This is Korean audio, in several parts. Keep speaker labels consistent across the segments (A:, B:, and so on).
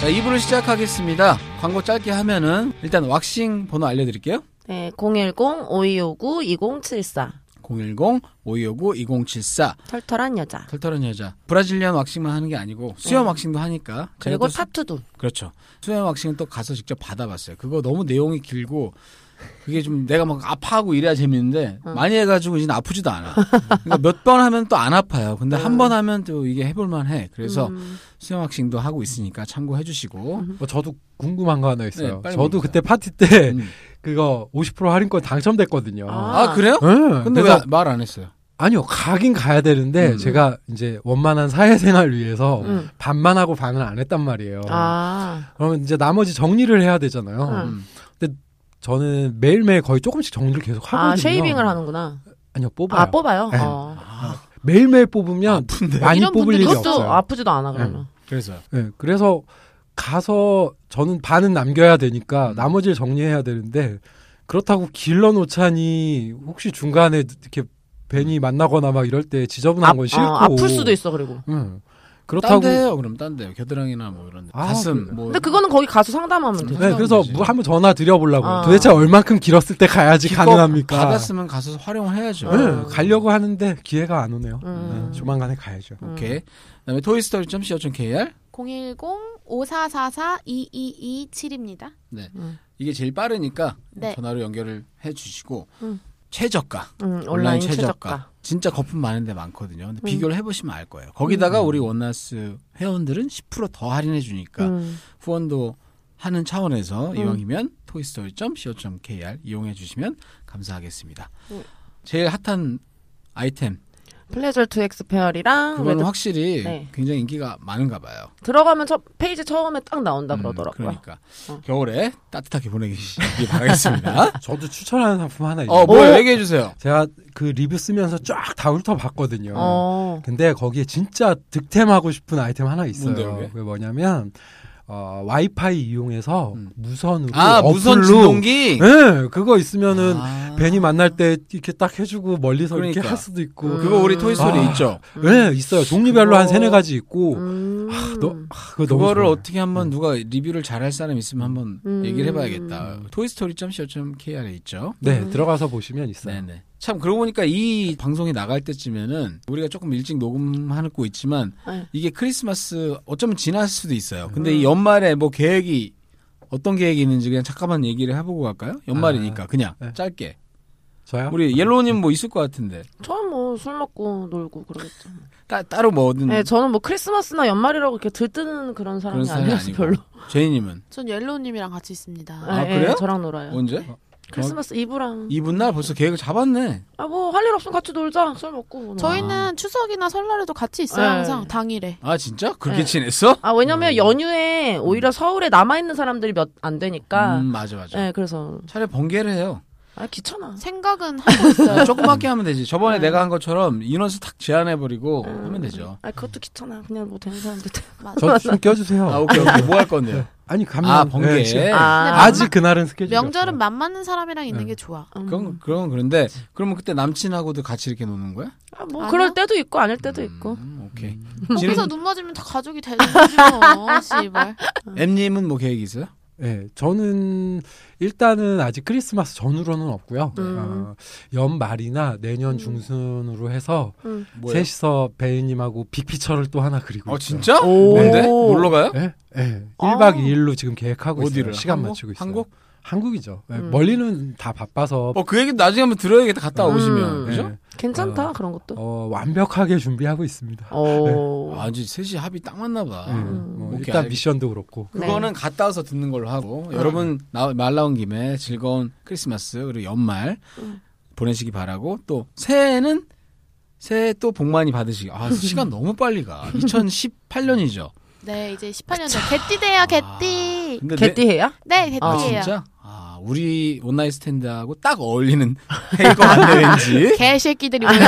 A: 자, 2부를 시작하겠습니다. 광고 짧게 하면은 일단 왁싱 번호 알려드릴게요.
B: 네, 010-5259-2074.
A: 010-5259-2074.
B: 털털한 여자.
A: 털털한 여자. 브라질리안 왁싱만 하는 게 아니고 수염
B: 네.
A: 왁싱도 하니까. 제가
B: 그리고
A: 또 수-
B: 타투도.
A: 그렇죠. 수염 왁싱은 또 가서 직접 받아봤어요. 그거 너무 내용이 길고 그게 좀 내가 막 아파하고 이래야 재밌는데 많이 해가지고 이제 아프지도 않아. 그러니까 몇 번 하면 또 안 아파요. 근데 한 번 하면 또 이게 해볼만해. 그래서 수염 왁싱도 하고 있으니까 참고해주시고.
C: 뭐 저도 궁금한 거 하나 있어요.
A: 네, 빨리
C: 저도
A: 물어보세요.
C: 그때 파티 때
A: 음.
C: 그거 50% 할인권 당첨됐거든요.
B: 아.
A: 아 그래요?
C: 예.
A: 근데
C: 그래서
A: 왜 말 안 했어요?
C: 아니요 가긴 가야 되는데
A: 음.
C: 제가 이제 원만한 사회생활 위해서
B: 음.
C: 반만 하고 반은 안 했단 말이에요.
B: 아,
C: 그러면 이제 나머지 정리를 해야 되잖아요.
A: 음.
B: 음.
C: 저는 매일매일 거의 조금씩 정리를 계속 하거든요.
B: 아, 쉐이빙을 하는구나.
C: 아니요 뽑아요.
B: 아, 뽑아요?
C: 네.
B: 어.
C: 매일매일 뽑으면 많이
B: 이런
C: 뽑을
B: 분들
C: 일이
B: 이것도
C: 없어요.
B: 아프지도 않아, 그러면.
A: 그래서
C: 예, 그래서 가서 저는 반은 남겨야 되니까
A: 음.
C: 나머지를 정리해야 되는데 그렇다고 길러놓자니 혹시 중간에 이렇게 벤이 만나거나 막 이럴 때 지저분한 건 싫고
B: 아, 아플 수도 있어, 그리고.
A: 딴
C: 음, 그렇다고
A: 데요 그럼 딴 데요 겨드랑이나 뭐 이런 데
C: 아,
A: 가슴
C: 그래.
A: 뭐
B: 근데 그거는 거기 가서 상담하면 돼.
C: 네, 그래서
A: 거지.
C: 뭐 한번 전화 드려보려고 요
B: 아.
C: 도대체 얼만큼 길었을 때 가야지
A: 기껏
C: 가능합니까?
A: 받았으면 가서 활용을 아. 해야죠 음.
C: 네, 가려고 하는데 기회가 안 오네요.
B: 음.
C: 네, 조만간에 가야죠.
A: 오케이 음. 그다음에 toystory.co.kr
D: 010-5444-2227입니다.
A: 네.
B: 음.
A: 이게 제일 빠르니까
D: 네.
A: 전화로 연결을 해주시고
B: 음.
A: 최저가
B: 음, 온라인,
A: 온라인 최저가.
B: 최저가. 음.
A: 진짜 거품 많은데 많거든요 근데 비교를 해보시면 알 거예요 거기다가 우리 원나스 회원들은 10%더 할인해 주니까
B: 음.
A: 후원도 하는 차원에서 이왕이면 toystory.co.kr 이용해 주시면 감사하겠습니다
B: 음.
A: 제일 핫한 아이템
B: 플레저 투 엑스 페어리랑
A: 그건
B: 레드
A: 확실히
B: 네.
A: 굉장히 인기가 많은가 봐요.
B: 들어가면 첫 페이지 처음에 딱 나온다
A: 음,
B: 그러더라고요.
A: 그러니까
C: 어.
A: 겨울에 따뜻하게 보내시기 바라겠습니다.
C: 저도 추천하는 상품 하나 네. 있어요.
A: 어, 뭐예요? 얘기해 주세요.
C: 제가 그 리뷰 쓰면서 쫙 다 훑어봤거든요.
B: 어.
C: 근데 거기에 진짜 득템하고 싶은 아이템 하나 있어요.
A: 뭔데요, 그게?
C: 그게 뭐냐면 어, 와이파이 이용해서
A: 음.
C: 무선으로
A: 아,
C: 그 어플로
A: 무선 진동기?
C: 네, 그거 있으면은
A: 아.
C: 벤이 만날 때 이렇게 딱 해주고 멀리서 이렇게
A: 그러니까.
C: 할 수도 있고.
A: 그거 우리 토이스토리
C: 아.
A: 있죠?
C: 네, 있어요. 종류별로
B: 그거-
C: 한 세네 가지 있고.
B: 음.
C: 아, 너, 아, 그거 너무
A: 그거를
C: 좋아요. 네.
A: 어떻게 한번 누가 리뷰를 잘할 사람 있으면 한번
B: 음.
A: 얘기를 해봐야겠다. toystory.co.kr에 있죠?
C: 네, 들어가서 보시면 있어요.
A: 네네. 참 그러고 보니까 이 방송이 나갈 때쯤에는 우리가 조금 일찍 녹음하고 있지만
B: 네. 음.
A: 이게 크리스마스 어쩌면 지날 수도 있어요. 근데 이 연말에 뭐 계획이 어떤 계획이 있는지 그냥 잠깐만 얘기를 해보고 갈까요?
B: 아,
A: 연말이니까 그냥
C: 네.
A: 짧게.
B: 네.
C: 저요?
A: 우리 옐로우님 뭐 있을 것 같은데
B: 저는 뭐 술 먹고 놀고 그러겠죠.
A: 따, 따로 뭐든
B: 네, 저는 뭐 크리스마스나 연말이라고 이렇게 들뜨는 그런 사람이
A: 음. 그런 사람이
B: 아니라서
A: 아니고.
B: 별로.
A: 제이님은
D: 전 옐로우님이랑 같이 있습니다.
A: 아,
B: 네, 네,
A: 그래요?
B: 저랑 놀아요.
A: 언제?
B: 크리스마스 이브랑
A: 이분 날 벌써 계획을 잡았네.
B: 아 뭐 할 일 없으면 같이 놀자. 술 먹고. 뭐.
D: 저희는 추석이나 설날에도 같이 있어요,
B: 네.
D: 항상 당일에.
A: 아 진짜? 그렇게
B: 네.
A: 지냈어?
B: 아
A: 음.
B: 왜냐면 연휴에 오히려 서울에 남아 있는 사람들이 몇 안 되니까.
A: 음 맞아 맞아.
B: 네, 그래서
A: 차라리 번개를 해요.
B: 아 귀찮아.
D: 생각은 하고 있어요.
A: 조그맣게 하면 되지. 저번에
B: 네.
A: 내가 한 것처럼 인원수 탁 제한해버리고 하면 되죠.
B: 아 그것도 귀찮아. 그냥 뭐 되는 사람들.
C: 저좀 껴주세요.
A: 아 오케이 오케이 뭐 할 건데요?
C: 아니, 감면.
A: 아 번개.
C: 네, 진짜.
B: 아,
C: 아직 그날은 스케줄이
D: 명절은
C: 없어요.
D: 맘 맞는 사람이랑
A: 네.
D: 있는 게 좋아.
B: 음.
A: 그건 그건 그런데 그러면 그때 남친하고도 같이 이렇게 노는 거야?
B: 아, 뭐
D: 아니요?
B: 그럴 때도 있고 아닐 때도 있고.
A: 음, 오케이.
D: 거기서 눈 맞으면 다 가족이 되는 거지 뭐, 씨발.
A: M님은 뭐 계획 있어요?
C: 네, 저는 일단은 아직 크리스마스 전후로는 없고요.
B: 음.
C: 어, 연말이나 내년 중순으로 해서
B: 음.
A: 음. 뭐예요?
C: 셋이서 베이님하고 빅피처를 또 하나 그리고
A: 어
C: 있어요.
A: 진짜?
B: 오.
A: 뭔데? 네. 놀러 가요?
C: 예, 예.
B: 아.
C: 1박 2일로 지금 계획하고
A: 어디를?
C: 있어요. 시간
A: 한국?
C: 맞추고 있어요.
A: 한국?
C: 한국이죠. 예,
B: 음.
C: 멀리는 다 바빠서
A: 어 그 얘기 나중에 한번 들어야겠다. 갔다
B: 음.
A: 오시면
C: 예,
A: 그죠?
B: 괜찮다 그런 것도.
C: 어, 완벽하게 준비하고 있습니다.
B: 어.
A: 아 이제 셋이 합이 딱 맞나 봐.
C: 예, 뭐
A: 오케이,
C: 일단
A: 알겠-
C: 미션도 그렇고
A: 그거는 갔다 와서 듣는 걸로 하고 여러분 나- 말 나온 김에 즐거운 크리스마스 그리고 연말 보내시기 바라고 또 새해에는 새해 또 복 많이 받으시기. 아, 시간 너무 빨리 가. 2018년이죠.
D: 네, 이제 18년 전 개띠돼요, 개띠.
A: 근데 내-
B: 개띠해야?
D: 네,
A: 아,
D: 개띠예요.
A: 진짜? 아, 우리 온라인 스탠드하고 딱 어울리는 해일 것 같네, 왠지.
D: 개새끼들이
A: 아.
D: 오늘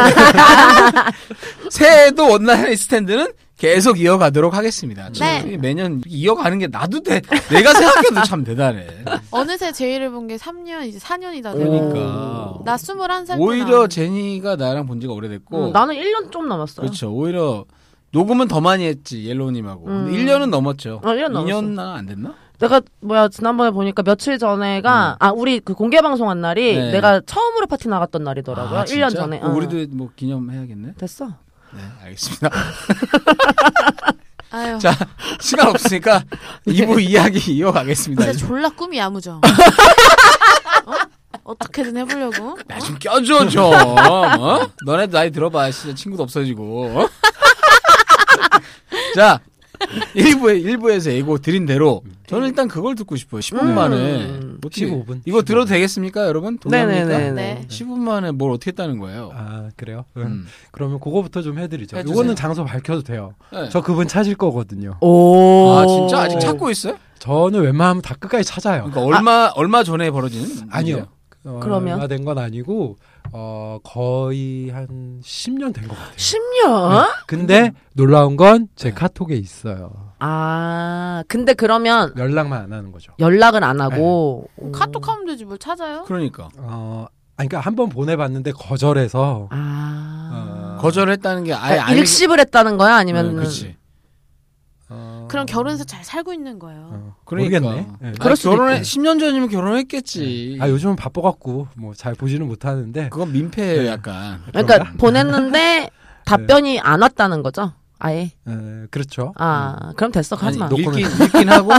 A: 새해에도 온라인 스탠드는 계속 이어가도록 하겠습니다. 참,
D: 네.
A: 매년 이어가는 게 나도 돼. 내가 생각해도 참 대단해.
D: 어느새 제의를 본 게 3년 이제 4년이다.
A: 그러니까.
D: 나 21살
A: 오히려 제니가 나랑 본 지가 오래됐고.
B: 음, 나는 1년 좀 남았어요.
A: 어. 그렇죠. 오히려 녹음은 더 많이 했지, 옐로우님하고.
B: 음.
A: 근데 1년은 넘었죠.
B: 어, 1년 넘었어.
A: 2년은 안 됐나?
B: 내가 뭐야 지난번에 보니까 며칠 전에가 아 우리 그 공개 방송한 날이
A: 음. 네.
B: 내가 처음으로 파티 나갔던 날이더라고요.
A: 아,
B: 1년
A: 진짜?
B: 전에.
A: 어,
B: 어.
A: 우리도 뭐 기념해야겠네.
B: 됐어.
A: 네, 알겠습니다.
D: 아유,
A: 자, 시간 없으니까 2부 이야기 이어가겠습니다.
C: 네.
B: 네.
D: 진짜 졸라 꿈이 야무져. 어? 떻게든 해보려고.
A: 나 좀 아, 껴줘 좀. 어? 너네도 나이 들어봐. 진짜 친구도 없어지고. 어? 자, 1부에 1부에서 예고 드린 대로 저는 일단 그걸 듣고 싶어요. 10분
B: 음.
A: 만에.
C: 15 분.
A: 이거 들어도 되겠습니까, 여러분? 동의합니까?
B: 네네네. 네.
D: 네.
A: 10분 만에 뭘 어떻게 했다는 거예요?
C: 아 그래요? 음.
A: 음.
C: 그러면 그거부터 좀 해드리죠.
A: 해주세요.
C: 이거는 장소 밝혀도 돼요.
A: 네.
C: 저 그분 찾을 거거든요.
B: 오.
A: 아, 진짜 아직
C: 참-
A: 찾고 있어요?
C: 저는 웬만하면 다 끝까지 찾아요.
A: 그러니까 얼마 얼마 전에 벌어진
C: 아니요. 어,
B: 그러면?
C: 얼마 된건 아니고 어 거의 한 10년 된 것 같아요.
B: 10년?
C: 네. 근데 놀라운 건 제 카톡에 있어요.
B: 아 근데 그러면
C: 연락만 안 하는 거죠.
B: 연락은 안 하고 오.
D: 네. 어? 카톡하면 되지 뭘 찾아요?
A: 그러니까
C: 어, 아니, 그러니까 한 번 보내봤는데 거절해서
B: 아.
C: 어,
A: 거절했다는 게 아예
B: 그러니까
A: 아니.
B: 일십을 했다는 거야 아니면
A: 그치
C: 어,
D: 그럼 결혼해서 잘 살고 있는 거예요.
C: 어,
A: 그러니까.
C: 모르겠네. 예.
B: 그럴 수도
A: 결혼해
B: 있고.
A: 10년 전이면 결혼했겠지.
C: 아 요즘은 바빠갖고 뭐 잘 보지는 못하는데
A: 그건 민폐예요,
C: 네.
A: 약간.
B: 그러니까
C: 그런가?
B: 보냈는데 답변이 안 왔다는 거죠? 아예.
C: 예, 그렇죠.
B: 아 그럼 됐어
A: 아니,
B: 하지 마.
A: 읽긴,
C: 노코멘트.
A: 읽긴 하고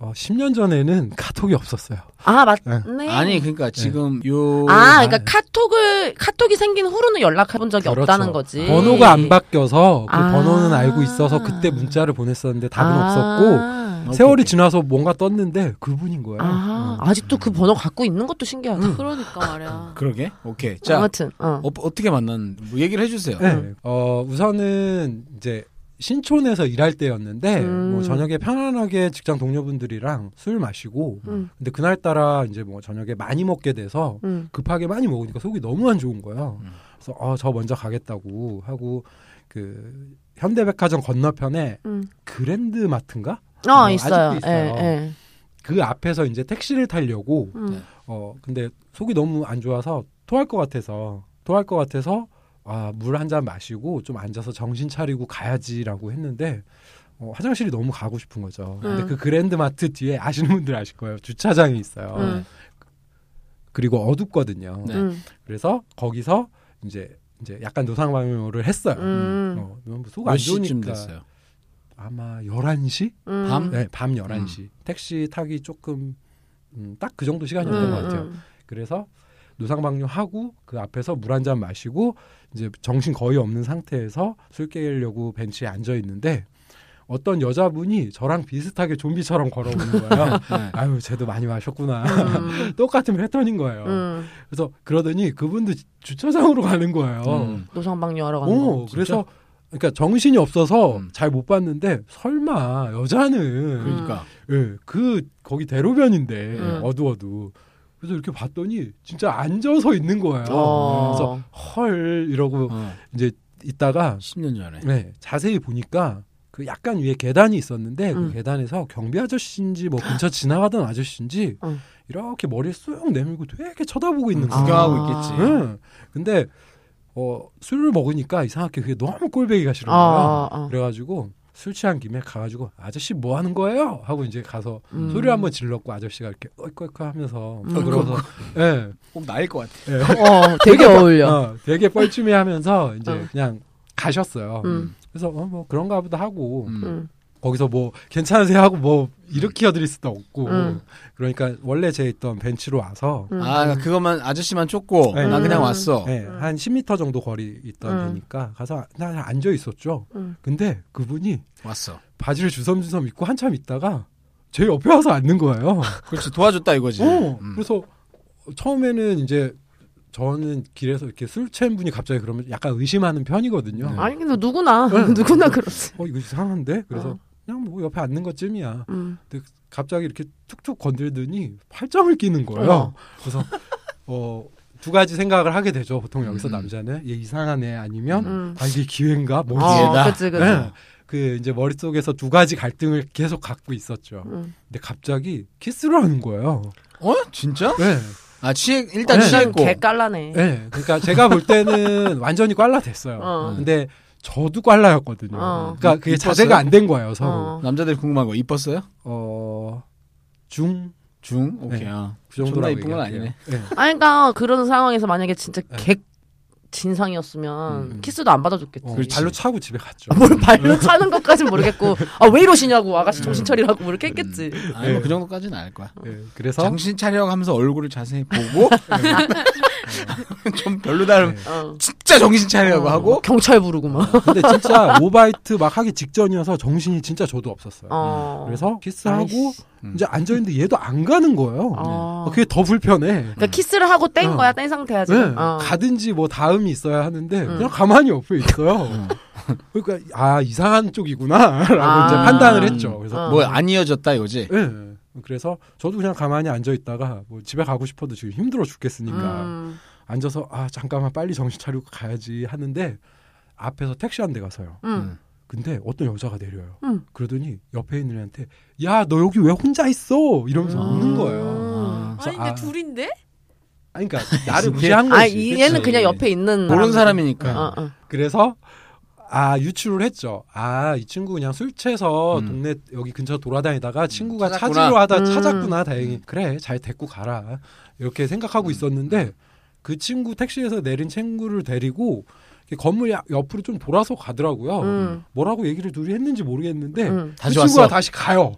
C: 어, 10년 전에는 카톡이 없었어요.
B: 아
C: 네.
B: 맞네.
A: 아니 그러니까 지금 요
B: 아,
C: 아.
B: 그러니까 카톡을 카톡이 생긴 후로는 연락해 본 적이
C: 그렇죠.
B: 없다는 거지.
C: 번호가 안 바뀌어서 그
B: 아.
C: 번호는 알고 있어서 그때 문자를 보냈었는데 답은 없었고
B: 아.
A: 오케이,
C: 세월이
A: 오케이.
C: 지나서 뭔가 떴는데 그분인 거예요.
B: 아, 아직도 그 번호 갖고 있는 것도 신기하다.
C: 음.
D: 그러니까 말이야.
A: 그러게. 오케이. 자,
B: 아무튼 어.
A: 어, 어떻게 만난 뭐 얘기를 해 주세요.
C: 네. 어, 우선은 이제 신촌에서 일할 때였는데
B: 음.
C: 뭐 저녁에 편안하게 직장 동료분들이랑 술 마시고
B: 음.
C: 근데 그날 따라 이제 뭐 저녁에 많이 먹게 돼서
B: 음.
C: 급하게 많이 먹으니까 속이 너무 안 좋은 거예요.
A: 음.
C: 그래서 어, 저 먼저 가겠다고 하고 그 현대백화점 건너편에
B: 음.
C: 그랜드마트인가?
B: 어,
C: 어,
B: 있어요.
C: 아직도
B: 예,
C: 있어요.
B: 예.
C: 그 앞에서 이제 택시를 타려고
B: 음.
C: 어 근데 속이 너무 안 좋아서 토할 것 같아서 토할 것 같아서 아 물 한 잔 마시고 좀 앉아서 정신 차리고 가야지라고 했는데 어, 화장실이 너무 가고 싶은 거죠. 근데
B: 음.
C: 그 그랜드마트 뒤에 아시는 분들 아실 거예요. 주차장이 있어요.
B: 음.
C: 그리고 어둡거든요.
A: 네.
B: 음.
C: 그래서 거기서 이제 이제 약간 노상방뇨를 했어요.
B: 음.
C: 어, 너무 속 안
A: 몇 시쯤
C: 좋으니까
A: 됐어요?
C: 아마 11시?
B: 음.
A: 밤?
C: 네, 밤 11시.
A: 음.
C: 택시 타기 조금 음, 딱 그 정도
B: 음,
C: 시간이었던 것 같아요.
B: 음.
C: 그래서 노상방뇨하고 그 앞에서 물 한 잔 마시고 이제 정신 거의 없는 상태에서 술 깨려고 벤치에 앉아 있는데 어떤 여자분이 저랑 비슷하게 좀비처럼 걸어오는 거예요.
A: 네.
C: 아유, 쟤도 많이 마셨구나.
B: 음.
C: 똑같은 패턴인 거예요.
B: 음.
C: 그래서 그러더니 그분도 지- 주차장으로 가는 거예요.
A: 음. 어,
B: 노상방뇨하러 가는 거.
C: 오, 그래서 그러니까 정신이 없어서
A: 음.
C: 잘 못 봤는데 설마 여자는
A: 그러니까
C: 예, 그 거기 대로변인데
B: 음.
C: 어두워도 그래서 이렇게 봤더니 진짜 앉아서 있는 거예요.
B: 어.
C: 그래서 헐 이러고
A: 어,
C: 이제 있다가
A: 10년 전에.
C: 네, 자세히 보니까 그 약간 위에 계단이 있었는데
B: 음.
C: 그 계단에서 경비 아저씨인지 뭐 근처 지나가던 아저씨인지
B: 음.
C: 이렇게 머리를 쑥 내밀고 되게 쳐다보고 있는
A: 음,
C: 거예요.
A: 구경하고
B: 아.
A: 있겠지.
C: 응. 근데 어, 술을 먹으니까 이상하게 그게 너무 꼴배기가 싫은
B: 어,
C: 거야.
B: 어, 어.
C: 그래가지고 술 취한 김에 가가지고 아저씨 뭐 하는 거예요? 하고 이제 가서
B: 음.
C: 소리 한번 질렀고 아저씨가 이렇게 얼컥얼컥 하면서 어,
B: 음.
C: 그러서 예,
A: 어, 꼭 나일 것 같아.
C: 예.
B: 어, 되게 어울려.
C: 어, 되게 뻘쭘해하면서 이제
B: 어.
C: 그냥 가셨어요.
B: 음.
C: 그래서 어 뭐 그런가 보다 하고
A: 음.
B: 음.
C: 거기서 뭐 괜찮으세요 하고 뭐 일으켜 드릴 수도 없고
B: 음.
C: 그러니까 원래 제 있던 벤치로 와서
B: 음.
A: 아, 그것만 아저씨만 쫓고
C: 네.
A: 나 그냥
B: 음.
A: 왔어.
C: 예, 한 10m 정도 거리 있던
B: 음.
C: 데니까 가서 나 앉아 있었죠.
B: 음.
C: 근데 그분이
A: 왔어.
C: 바지를 주섬주섬 입고 한참 있다가 제 옆에 와서 앉는 거예요.
B: 음.
A: 그렇지. 도와줬다 이거지.
C: 어,
A: 음.
C: 그래서 처음에는 이제 저는 길에서 이렇게 술 취한 분이 갑자기 그러면 약간 의심하는 편이거든요.
A: 네.
B: 아니 근데 누구나
C: 네.
B: 누구나 그렇지.
C: 어 이거 이상한데 그래서
B: 어.
C: 그냥 뭐 옆에 앉는 것쯤이야.
B: 음.
C: 갑자기 이렇게 툭툭 건들더니 팔짱을 끼는 거예요.
B: 어머.
C: 그래서 어 두 가지 생각을 하게 되죠. 보통 여기서
A: 음.
C: 남자는 얘 이상한 애 아니면
B: 음. 그렇죠.
C: 아 이게 기회인가 뭐지.
A: 어. 기회다.
B: 그치 그치.
C: 네. 그 이제 머릿속에서 두 가지 갈등을 계속 갖고 있었죠.
B: 음.
C: 근데 갑자기 키스를 하는 거예요.
A: 어? 진짜?
C: 네.
A: 아, 취해, 일단
C: 네.
A: 취했고.
B: 개 깔라네.
C: 네. 그러니까 제가 볼 때는 완전히 꽐라 됐어요.
B: 어.
C: 근데 저도 꽐라였거든요.
B: 어.
C: 그러니까 그게
A: 이뻤어요?
C: 자세가 안 된 거예요, 서로.
B: 어.
A: 남자들 궁금한 거 이뻤어요?
C: 어. 중?
A: 중? 오케이.
C: 네.
A: 아.
C: 그 정도라고
A: 존나 이쁜 건
C: 얘기할게요.
A: 아니네.
C: 네.
B: 아니 그러니까 그런 상황에서 만약에 진짜
C: 네.
B: 객 진상이었으면
C: 음, 음.
B: 키스도 안 받아줬겠지.
C: 어,
A: 그렇지.
C: 발로 차고 집에 갔죠.
B: 아, 뭘 발로 차는 것까진 모르겠고 아 왜 이러시냐고 아가씨 정신 차리라고 뭐 이렇게 했겠지.
A: 아니,
C: 네.
A: 뭐그 정도까지는 알 거야.
C: 네, 그래서
A: 정신 차려 하면서 얼굴을 자세히 보고 좀 별로다 그러면
B: 어.
A: 진짜 정신 차리라고
B: 어,
A: 하고
B: 경찰 부르고 막.
C: 네. 근데 진짜 오바이트 막 하기 직전이어서 정신이 진짜 저도 없었어요.
B: 어.
C: 그래서 키스하고
B: 아이씨.
C: 이제 앉아 있는데 얘도 안 가는 거예요.
B: 어.
C: 어, 그게 더 불편해.
B: 그러니까 키스를 하고 뗀
C: 어.
B: 거야 뗀 상태야
C: 네,
B: 지금. 어.
C: 가든지 뭐 다음이 있어야 하는데
B: 음.
C: 그냥 가만히 옆에
A: 음.
C: 있어요. 그러니까 아 이상한 쪽이구나라고 이제
B: 아.
C: 판단을 했죠. 그래서
B: 어.
A: 뭐 안 이어졌다 이거지.
C: 예. 그래서 저도 그냥 가만히 앉아 있다가 뭐 집에 가고 싶어도 지금 힘들어 죽겠으니까
B: 음.
C: 앉아서 아 잠깐만 빨리 정신 차리고 가야지 하는데 앞에서 택시 한 대 가서요.
B: 음.
C: 근데 어떤 여자가 내려요.
B: 음.
C: 그러더니 옆에 있는 애한테 야 너 여기 왜 혼자 있어? 이러면서
A: 음.
C: 우는 거예요.
A: 아.
D: 아니
C: 그래서
D: 근데
C: 아.
D: 둘인데?
C: 아니 그러니까 나를
A: 이게-
C: 무시한 거지.
B: 아 이- 얘는
A: 그치.
B: 그냥 옆에 있는
A: 모르는
B: 사람.
A: 사람이니까.
B: 음. 어, 어.
C: 그래서 아 유출을 했죠. 아 이 친구 그냥 술 취해서
A: 음.
C: 동네 여기 근처 돌아다니다가 친구가
A: 찾았구나.
C: 찾으러 하다
B: 음.
C: 찾았구나 다행히
A: 음.
C: 그래 잘 데리고 가라 이렇게 생각하고 있었는데 그 친구 택시에서 내린 친구를 데리고 이렇게 건물 야- 옆으로 좀 돌아서 가더라고요.
B: 음.
C: 뭐라고 얘기를 둘이 했는지 모르겠는데
B: 음.
A: 다시
C: 그
A: 왔어.
C: 친구가 다시 가요.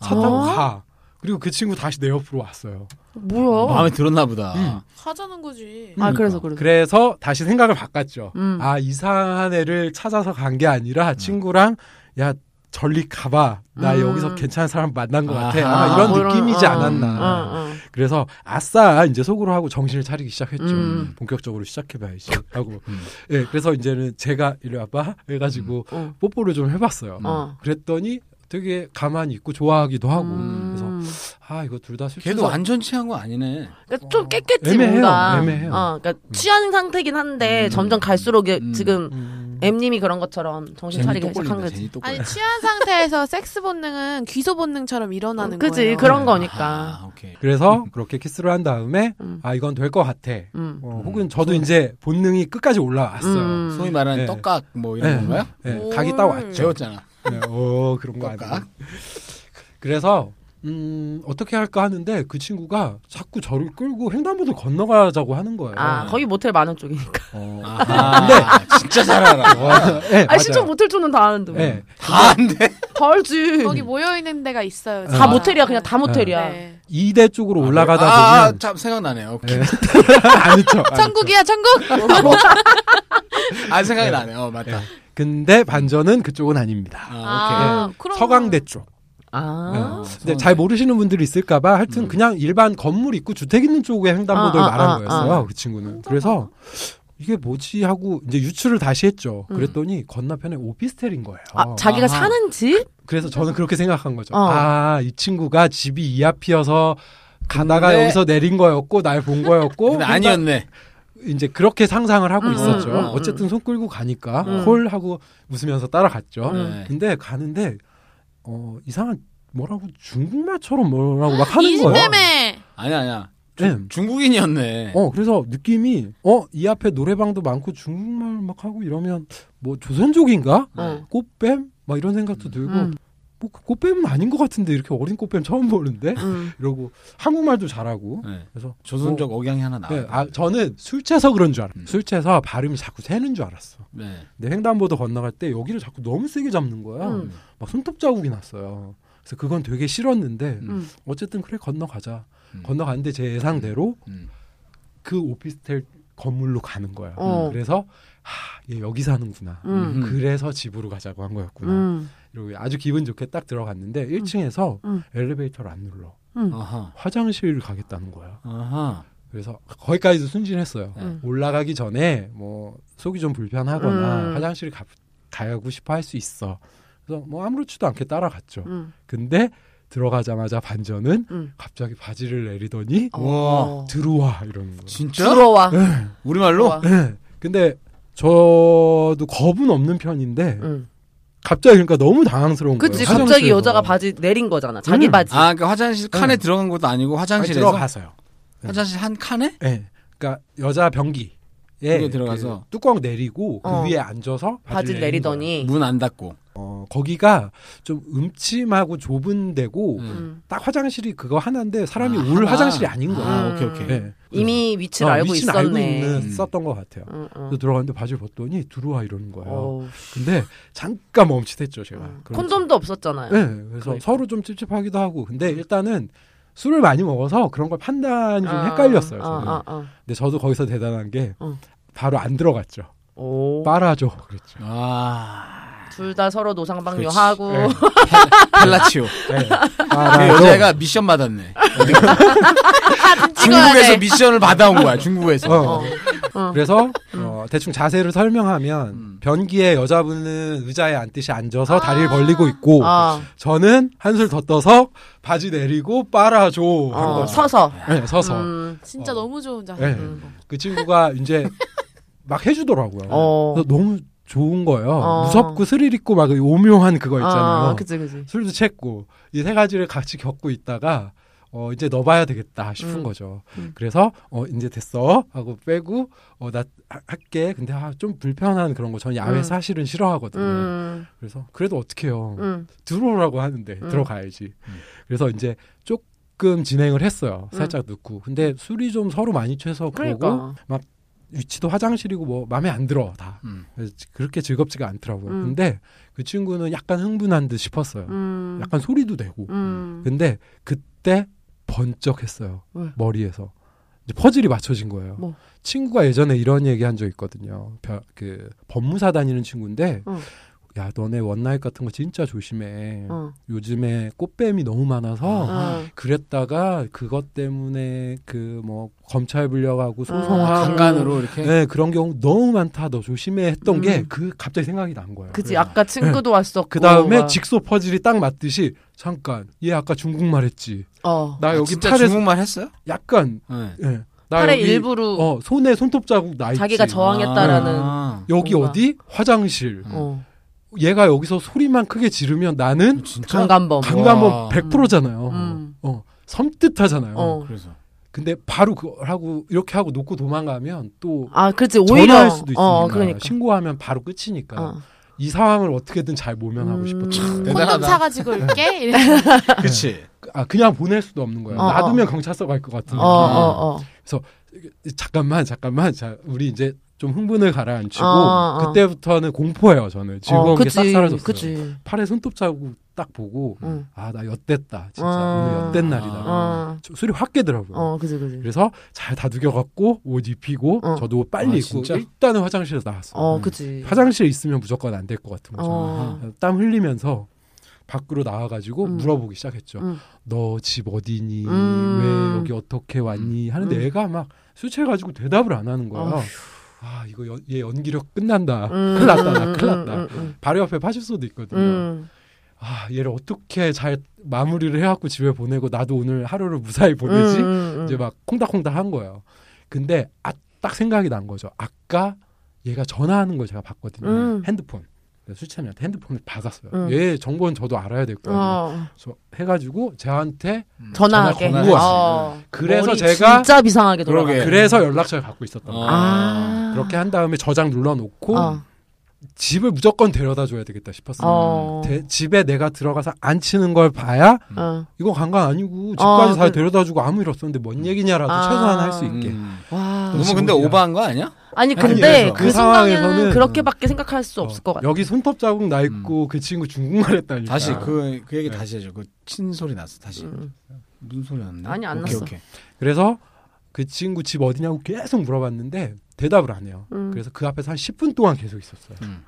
C: 차 타고
B: 어?
C: 가. 그리고 그 친구 다시 내 옆으로 왔어요.
B: 뭐야?
A: 마음에 들었나 보다.
C: 음.
D: 하자는 거지.
B: 아
A: 그러니까.
B: 그래서 그래서.
C: 그래서 다시 생각을 바꿨죠.
B: 음.
C: 아 이상한 애를 찾아서 간 게 아니라 친구랑 야 전리 가봐. 나
B: 음.
C: 여기서 괜찮은 사람 만난 것 같아.
A: 아하.
C: 아마 이런
B: 뭐 이런,
C: 느낌이지
B: 어,
C: 않았나.
B: 어, 어.
C: 그래서 아싸 이제 속으로 하고 정신을 차리기 시작했죠. 네,
B: 음.
C: 본격적으로 시작해봐야지 하고.
A: 음.
C: 예, 그래서 이제는 제가 이리 와봐 해가지고
B: 어.
C: 뽀뽀를 좀 해봤어요.
B: 어.
C: 그랬더니 되게 가만히 있고 좋아하기도 음. 하고. 그래서
B: 음.
C: 아 이거 둘 다 술.
A: 걔도
C: 취해서
A: 완전 취한 거 아니네.
B: 그러니까 좀 깼겠지
C: 어. 애매해요,
B: 뭔가.
C: 애매해요.
B: 어, 그러니까 취한 상태긴 한데
A: 음.
B: 점점 갈수록 이게
A: 음.
B: 지금
C: 음.
B: M님이 그런 것처럼 정신
A: 제니
B: 차리기
A: 또
B: 시작한
A: 꼴린다.
B: 거지.
A: 제니 또 꼴려.
D: 아니 취한 상태에서 섹스 본능은 귀소 본능처럼 일어나는
B: 그지
D: 거예요.
B: 그런 거니까.
A: 아, 오케이.
C: 그래서 그렇게 키스를 한 다음에
B: 음.
C: 아 이건 될 것 같아.
B: 음.
C: 어, 혹은 저도 이제 본능이 끝까지 올라왔어요.
B: 음.
A: 소위 말하는
C: 네.
A: 떡각 뭐 이런
C: 네.
A: 건가요?
C: 예,
D: 뭘.
C: 각이 딱 왔죠.
A: 재웠잖아.
C: 네, 어 그런 거 아니야.
A: 깎아.
C: 그래서 음 어떻게 할까 하는데 그 친구가 자꾸 저를 끌고 횡단보도 건너가자고 하는 거예요.
B: 아 거기 모텔 많은 쪽이니까.
C: 어.
A: 아하,
B: 네.
A: 진짜 잘 알아. 음.
C: 어, 예,
B: 아 실제
C: 맞아요.
B: 모텔 쪽은 다 아는데. 뭐.
C: 예,
A: 다 안 돼.
B: 다 알지.
D: 거기 모여 있는 데가 있어요.
B: 다
C: 아.
B: 모텔이야 그냥 다 모텔이야.
D: 네.
C: 이대 쪽으로 올라가다
A: 아, 아,
C: 보면
A: 참 생각나네요. 오케이.
C: 예. 아니죠. 그러니까. 뭐 아니죠.
D: 천국이야 천국.
A: 아 생각이 나네. 어 맞다.
C: 예. 근데 반전은 그쪽은 아닙니다.
A: 아, 어,
D: 아, 그럼
C: 서강대 쪽.
B: 음. 아.
A: 오케이.
C: 근데 잘 모르시는 분들이 있을까봐
A: 음.
C: 하여튼 그냥 일반 건물 있고 주택 있는 쪽의 횡단보도를
B: 아, 아,
C: 말한
B: 아,
C: 거였어요.
B: 아.
C: 그 친구는. 그래서 이게 뭐지 하고 이제 유출을 다시 했죠. 그랬더니 건너편에 오피스텔인 거예요.
B: 음. 아, 자기가
A: 아하.
B: 사는 집?
C: 그래서 저는 그렇게 생각한 거죠.
B: 어.
C: 아, 이 친구가 집이 이 앞이어서 가다가
B: 음, 네.
A: 근데-
C: 여기서 내린 거였고 날 본 거였고
A: 근데 아니었네.
C: 이제 그렇게 상상을 하고
B: 음,
C: 있었죠.
B: 음, 음,
C: 어쨌든 손 끌고 가니까
B: 음.
C: 콜 하고 웃으면서 따라갔죠.
A: 네.
C: 근데 가는데 어 이상한 뭐라고 중국말처럼 뭐라고 막 하는
D: 이집
C: 거예요.
D: 때문에
A: 아니 아니야.
C: 네.
A: 음. 중국인이었네.
C: 어 그래서 느낌이 어 이 앞에 노래방도 많고 중국말 막 하고 이러면 뭐 조선족인가
A: 네.
B: 어.
C: 꽃뱀 막 이런 생각도 들고
B: 음.
C: 뭐그 꽃뱀은 아닌 것 같은데 이렇게 어린 꽃뱀 처음 보는데
B: 음.
C: 이러고 한국말도 잘하고
A: 네.
C: 그래서
A: 조선족 억양이 하나
C: 네,
A: 나와.
C: 아 저는 술 취해서 그런 줄 알아.
A: 음.
C: 술 취해서 발음이 자꾸 새는 줄 알았어.
A: 네.
C: 근데 횡단보도 건너갈 때 여기를 자꾸 너무 세게 잡는 거야.
B: 음.
C: 막 손톱 자국이 났어요. 그래서 그건 되게 싫었는데
A: 음.
B: 음.
C: 어쨌든 그래 건너가자.
A: 음.
C: 건너갔는데 제 예상대로
A: 음.
C: 그 오피스텔 건물로 가는 거야.
B: 어.
C: 그래서 하, 얘 여기 사는구나.
B: 음.
C: 그래서 집으로 가자고 한 거였구나.
B: 음.
C: 그리고 아주 기분 좋게 딱 들어갔는데 1층에서
B: 음.
C: 엘리베이터를 안 눌러.
B: 음.
A: 아하.
C: 화장실 가겠다는 거야.
A: 아하.
C: 그래서 거기까지도 순진했어요.
B: 네.
C: 올라가기 전에 뭐 속이 좀 불편하거나
B: 음.
C: 화장실 가, 가고 싶어 할 수 있어. 그래서 뭐 아무렇지도 않게 따라갔죠.
B: 음.
C: 근데 들어가자마자 반전은
B: 음.
C: 갑자기 바지를 내리더니
A: 우와.
C: 들어와 이러는 거예요.
A: 진짜?
B: 들어와.
A: 우리말로?
B: 들어와.
C: 예. 근데 저도 겁은 없는 편인데
B: 음.
C: 갑자기 그러니까 너무 당황스러운
B: 그치
C: 거예요.
B: 갑자기
C: 화장실에서.
B: 여자가 바지 내린 거잖아. 자기
C: 음.
B: 바지.
A: 아, 그러니까 화장실 칸에 들어간 것도 아니고
C: 아니,
A: 화장실에서 네.
C: 들어가서요.
A: 화장실 한 칸에?
C: 예. 그러니까 여자 변기에
A: 거기에 들어가서.
C: 그 뚜껑 내리고
B: 어.
C: 그 위에 앉아서
B: 바지를
C: 내린 거예요.
B: 내리더니.
A: 문 안 닫고.
C: 어, 거기가 좀 음침하고 좁은 데고
A: 음.
B: 음.
C: 딱 화장실이 그거 하나인데 사람이
A: 아,
C: 올
A: 하나.
C: 화장실이 아닌 거예요.
A: 아,
B: 음.
A: 오케이 오케이.
C: 예.
B: 이미 위치를
C: 어,
B: 알고
C: 위치는
B: 있었네.
C: 알고
A: 음.
C: 있는 썼던 것 같아요.
B: 음, 음.
C: 그래서 들어갔는데 바지를 벗더니 들어와 이러는 거예요.
B: 어우,
C: 근데 잠깐 멈칫했죠 제가.
B: 음.
C: 그러면서.
B: 콘돔도 없었잖아요.
C: 네, 그래서
B: 그러니까.
C: 서로 좀 찝찝하기도 하고. 근데 일단은 술을 많이 먹어서 그런 걸 판단이 좀
B: 아,
C: 헷갈렸어요. 저는.
B: 아, 아, 아.
C: 근데 저도 거기서 대단한 게
B: 어.
C: 바로 안 들어갔죠.
B: 오.
C: 빨아줘 그랬죠.
A: 아.
B: 둘 다 서로
A: 그렇지.
B: 노상방뇨하고
C: 네.
A: 펠라치오.
C: 네.
A: 그
C: 빨아줘.
A: 여자가 미션 받았네.
C: 아,
B: 찍어야
A: 중국에서
B: 돼.
A: 미션을 받아온 거야. 중국에서.
C: 어.
B: 어.
C: 그래서 어, 대충 자세를 설명하면
A: 음.
C: 변기에 여자분은 의자에 앉듯이 앉아서 다리를
D: 아.
C: 벌리고 있고
B: 아,
C: 저는 한술 더 떠서 바지 내리고 빨아줘 한
B: 어,
C: 거죠.
B: 서서.
C: 네, 서서
B: 음,
D: 진짜
C: 어.
D: 너무 좋은 자세.
C: 네. 그 친구가 이제 막 해주더라고요.
B: 어.
C: 그래서 너무 좋은 거예요.
B: 어.
C: 무섭고 스릴 있고 막그 오묘한 그거 있잖아요. 네.
B: 아, 그치, 그치.
C: 술도 챘고 이 세 가지를 같이 겪고 있다가 어 이제 넣어봐야 되겠다 싶은
B: 음.
C: 거죠.
B: 음.
C: 그래서 어 이제 됐어 하고 빼고 어 나 할게. 근데 아, 좀 불편한 그런 거 저는 야외
B: 음.
C: 사실은 싫어하거든요.
B: 음,
C: 그래서 그래도 어떡해요.
B: 음,
C: 들어오라고 하는데
B: 음.
C: 들어가야지.
A: 음.
C: 그래서 이제 조금 진행을 했어요. 살짝 넣고. 근데 술이 좀 서로 많이 취해서 그러고
B: 음. 그러니까.
C: 위치도 화장실이고 뭐 마음에 안 들어 다.
A: 음.
C: 그래서 그렇게 즐겁지가 않더라고요.
B: 음.
C: 근데 그 친구는 약간 흥분한 듯 싶었어요.
B: 음,
C: 약간 소리도 내고.
B: 음,
C: 근데 그때 번쩍했어요.
B: 왜?
C: 머리에서. 이제 퍼즐이 맞춰진 거예요.
B: 뭐?
C: 친구가 예전에 이런 얘기 한 적 있거든요. 벼- 그 법무사 다니는 친구인데
B: 어.
C: 야 너네 원나잇 같은 거 진짜 조심해.
B: 어,
C: 요즘에 꽃뱀이 너무 많아서
B: 어.
C: 그랬다가 그것 때문에 그 뭐 검찰 불려가고
B: 아,
C: 소송하고
B: 음.
A: 어, 강간으로 이렇게
C: 네, 그런 경우 너무 많다. 너 조심해 했던
B: 음.
C: 게 그 갑자기 생각이 난 거예요.
B: 그치, 어, 아. 아까 친구도 왔었고.
C: 그 다음에
B: 막.
C: 직소 퍼즐이 딱 맞듯이 잠깐 얘 아까 중국말 했지.
B: 어.
C: 나
A: 아,
C: 여기
A: 진짜
C: 팔에
A: 중국말 했어요?
C: 약간
A: 네.
C: 예. 나
B: 팔에
C: 여기
B: 일부러
C: 어 손에 손톱 자국 나 있지.
B: 자기가 저항했다라는.
A: 아,
C: 여기
B: 뭔가.
C: 어디 화장실.
A: 음.
B: 어,
C: 얘가 여기서 소리만 크게 지르면 나는
A: 진짜?
B: 강간범.
A: 강- 와.
C: 강간범 100%잖아요.
B: 음.
C: 어 섬뜩하잖아요.
B: 어.
A: 그래서
C: 근데 바로 그걸 하고 이렇게 하고 놓고 도망가면 또
B: 아, 그렇지. 오히려
C: 전화할 수도 있으니까
B: 어, 그러니까.
C: 신고하면 바로 끝이니까
B: 어.
C: 이 상황을 어떻게든 잘 모면하고
B: 음.
C: 싶었죠.
D: 콘돔
A: 대단하다.
D: 사가지고 올게. 이래.
A: 그치.
C: 아 그냥 보낼 수도 없는 거예요.
B: 어, 어.
C: 놔두면 경찰서 갈 것 같은.
B: 어, 어, 어.
C: 느낌. 잠깐만 잠깐만 자 우리 이제 좀 흥분을 가라앉히고
B: 어, 어.
C: 그때부터는 공포예요 저는 즐거운
B: 어,
C: 게 싹
B: 그치,
C: 사라졌어요.
B: 그치.
C: 팔에 손톱 자국 딱 보고
B: 응.
C: 아 나 엿됐다 진짜
B: 어.
C: 오늘 엿된 날이다.
B: 어,
C: 저 술이 확 깨더라고요.
B: 어, 그치, 그치.
C: 그래서 잘 다독여 갖고 옷 입히고
B: 어.
C: 저도
A: 아,
C: 빨리 입고
A: 진짜?
C: 일단은 화장실에서 나왔어요.
B: 어, 그치.
C: 음. 화장실에 아, 있으면 무조건 안 될 것 같은 거죠.
B: 어.
C: 땀 흘리면서 밖으로 나와가지고
B: 음.
C: 물어보기 시작했죠.
B: 음.
C: 너 집 어디니?
B: 음.
C: 왜 여기 어떻게 왔니? 하는데
B: 음.
C: 애가 막 수채가지고 대답을 안 하는 거예요.
B: 어휴.
C: 아 이거 연- 얘 연기력 끝난다.
B: 음,
C: 큰일 났다. 나
B: 음,
C: 큰일
B: 음,
C: 났다.
B: 음, 음,
C: 바로 옆에 파출소도 있거든요.
B: 음.
C: 아 얘를 어떻게 잘 마무리를 해갖고 집에 보내고 나도 오늘 하루를 무사히 보내지?
B: 음, 음, 음.
C: 뭐 이제 막 콩닥콩닥 한 거예요. 근데 아, 딱 생각이 난 거죠. 아까 얘가 전화하는 걸 제가 봤거든요.
B: 음.
C: 핸드폰. 그래서 수채미한테 핸드폰을 받았어요.
B: 음.
C: 얘 정보는 저도 알아야 될 거예요.
B: 어,
C: 그래서 해가지고 저한테
B: 전화하게.
C: 음. 전화 걸고
B: 어.
C: 그래서
B: 머리
C: 제가
B: 진짜 비상하게 돌아가.
A: 그러게.
C: 그래서 연락처를 갖고 있었던 거예요.
A: 아.
B: 아.
C: 그렇게 한 다음에 저장 눌러놓고
B: 어.
C: 집을 무조건 데려다 줘야 되겠다 싶었어요.
B: 어.
C: 데- 집에 내가 들어가서 앉히는 걸 봐야
B: 어.
C: 이거 관광 아니고 집까지
B: 어,
C: 다
B: 그-
C: 데려다 주고 아무 일 없었는데 뭔 얘기냐라도
B: 아.
C: 최소한 할 수 있게.
A: 음.
B: 와.
A: 너무 근데 오버한 거 아니야? 아니,
B: 아니 근데
A: 그래서
B: 그,
C: 그
B: 순간에는
C: 상황에서는-
B: 그렇게밖에 생각할 수 없을
C: 어,
B: 것 같아.
C: 여기 손톱 자국 나 있고 그 친구 중국말
A: 음.
C: 했다니까.
A: 다시 그 그 얘기
C: 네.
A: 다시 해줘. 그 친소리 났어. 다시
B: 음.
A: 무슨 소리 났는데?
B: 아니, 안
A: 오케이,
B: 났어.
A: 오케이.
C: 그래서 그 친구 집 어디냐고 계속 물어봤는데 대답을 안 해요.
B: 음.
C: 그래서 그 앞에서 한 10분 동안 계속 있었어요.
A: 음.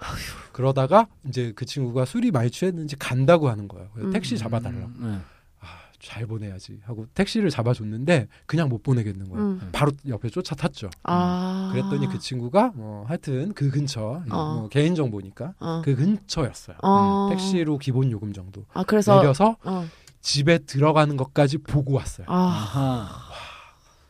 C: 그러다가 이제 그 친구가 술이 많이 취했는지 간다고 하는 거예요. 그래서
B: 음.
C: 택시 잡아달라고.
A: 음,
C: 아, 잘 보내야지 하고 택시를 잡아줬는데 그냥 못 보내겠는 거예요.
B: 음.
C: 바로 옆에 쫓아 탔죠.
B: 아.
C: 그랬더니 그 친구가 뭐 하여튼 그 근처
B: 어.
C: 뭐 개인 정보니까
B: 어.
C: 그 근처였어요.
B: 어.
C: 택시로 기본 요금 정도
B: 아 그래서
C: 내려서
B: 어.
C: 집에 들어가는 것까지 보고 왔어요.
B: 아.
A: 아하.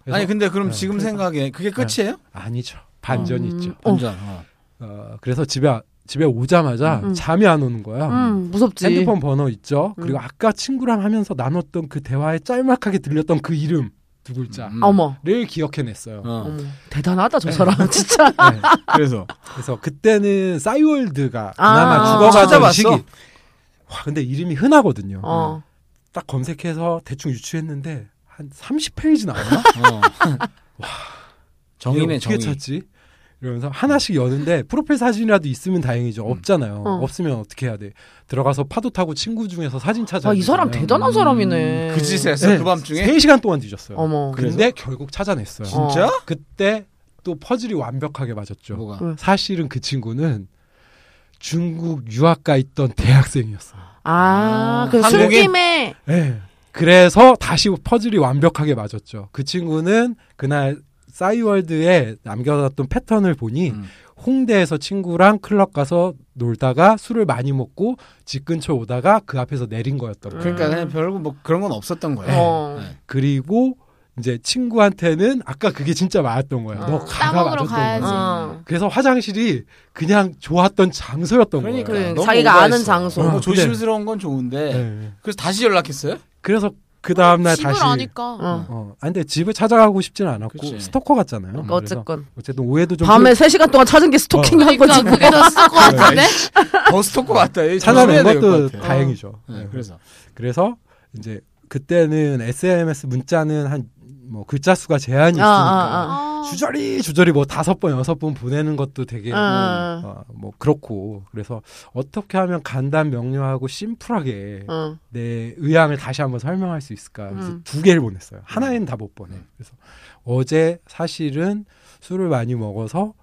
C: 그래서
A: 아니 근데 그럼
C: 네,
A: 지금
C: 그래서-
A: 생각에 그게 끝이에요?
C: 아니죠. 반전이
B: 음.
C: 있죠.
B: 어.
A: 완전. 어.
C: 어, 그래서 집에 아- 집에 오자마자
B: 음.
C: 잠이 안 오는 거야.
B: 음 무섭지.
C: 핸드폰 번호 있죠.
B: 음.
C: 그리고 아까 친구랑 하면서 나눴던 그 대화에 짤막하게 들렸던 그 이름 두 글자를
A: 음.
B: 어머.
C: 기억해냈어요.
A: 어.
B: 어머. 대단하다 저 사람 진짜.
C: 음. 네.
A: 그래서
C: 그래서 그때는 싸이월드가
B: 아,
C: 그나마
B: 아,
C: 죽어가던
A: 찾아봤어?
C: 시기. 와 근데 이름이 흔하거든요.
B: 어.
C: 딱 검색해서 대충 유추했는데 한 30페이지
B: 아,
C: 나왔나?
A: 어.
C: 이게
A: 정이네
C: 어떻게
A: 정이.
C: 찾지? 이러면서 하나씩 여는데 프로필 사진이라도 있으면
A: 음.
C: 다행이죠. 없잖아요.
B: 어.
C: 없으면 어떻게 해야 돼? 들어가서 파도 타고 친구 중에서 사진 찾아.
B: 아이 사람 대단한 사람이네.
A: 음, 그 짓을 했어
C: 네.
A: 그 밤중에.
C: 3시간 동안 뒤졌어요.
B: 어머.
A: 그래서?
C: 근데 결국 찾아냈어요.
B: 어.
A: 진짜?
C: 그때 또 퍼즐이 완벽하게 맞았죠.
A: 뭐가?
B: 그-
C: 사실은 그 친구는 중국 유학가 있던 대학생이었어요.
B: 아,
A: 아,
B: 그
A: 한국인?
B: 술김에
C: 예. 그래서 다시 퍼즐이 완벽하게 맞았죠. 그 친구는 그날 싸이월드에 남겨놨던 패턴을 보니
A: 음.
C: 홍대에서 친구랑 클럽 가서 놀다가 술을 많이 먹고 집 근처 오다가 그 앞에서 내린 거였던 거예요.
A: 그러니까 그냥 별거 뭐 그런 건 없었던 거예요.
B: 어.
A: 네.
C: 그리고 이제 친구한테는 아까 그게 진짜 맞았던 거예요.
B: 어.
C: 너 가가
D: 따먹으러
C: 맞았던
D: 음. 가야지.
C: 거예요.
B: 어.
C: 그래서 화장실이 그냥 좋았던 장소였던
A: 그러니까
C: 거예요.
B: 그래,
A: 너무
B: 자기가
A: 오버했어.
B: 아는 장소.
A: 너무
C: 어,
A: 조심스러운 건 좋은데
C: 예.
A: 그래서 다시 연락했어요?
C: 그래서 그 다음 날
D: 집을
C: 다시
D: 아니까.
B: 어.
C: 어, 아, 근데 집을 찾아가고 싶지는 않았고
A: 그치. 음.
C: 스토커 같잖아요.
B: 그러니까
C: 그래서
B: 어쨌건
C: 어쨌든 오해도 좀
B: 밤에 3시간 동안 찾은 게 스토킹 한
D: 그러니까
B: 거지.
D: 그게 더 쓸 것 같은데?
A: 버스토크 왔다. 얘 조심해야
C: 찾아낸
A: 될것
C: 것도
A: 같아요.
C: 다행이죠.
B: 어,
A: 네, 그래서
C: 그래서 이제 그때는 SMS 문자는 한 뭐 글자 수가 제한이
B: 아,
C: 있으니까
B: 아,
D: 어.
C: 주저리 주저리 뭐 다섯 번 여섯 번 보내는 것도 되게
B: 아.
C: 어, 뭐 그렇고 그래서 어떻게 하면 간단 명료하고 심플하게
B: 어.
C: 내 의향을 다시 한번 설명할 수 있을까? 그래서
B: 음.
C: 두 개를 보냈어요. 하나엔 다 못 보내. 그래서 어제 사실은 술을 많이 먹어서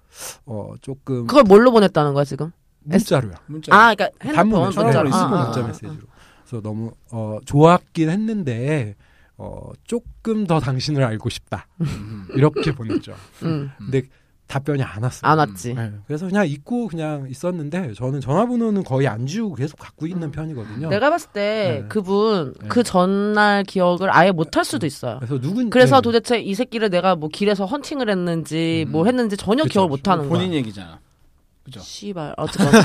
C: 어 조금
B: 그걸 뭘로 보냈다는 거야, 지금?
C: 문자로요.
A: 문자.
B: 아, 그러니까
C: 단문
B: 핸드폰
C: 메시지로 네, 쓰고
A: 전화로
B: 아, 아,
C: 문자
B: 아,
C: 메시지로. 그래서 너무 어 좋았긴 했는데 어 조금 더 당신을 알고 싶다
A: 음.
C: 이렇게 보냈죠.
B: 아. 음. 아,
C: 근데 답변이 안 왔어요.
B: 안 왔지.
C: 네, 그래서 그냥 잊고 그냥 있었는데 저는 전화번호는 거의 안 지우고 계속 갖고 있는
B: 음.
C: 편이거든요.
B: 내가 봤을 때
C: 네.
B: 그분
C: 네.
B: 그 전날 기억을 아예 못 할 수도 있어요.
C: 그래서 누군
B: 그래서
C: 네.
B: 도대체 이 새끼를 내가 뭐 길에서 헌팅을 했는지
A: 음.
B: 뭘 했는지 전혀
C: 그쵸.
B: 기억을 못 하는 거야.
A: 본인 얘기잖아. 그죠?
B: 씨발 어쨌건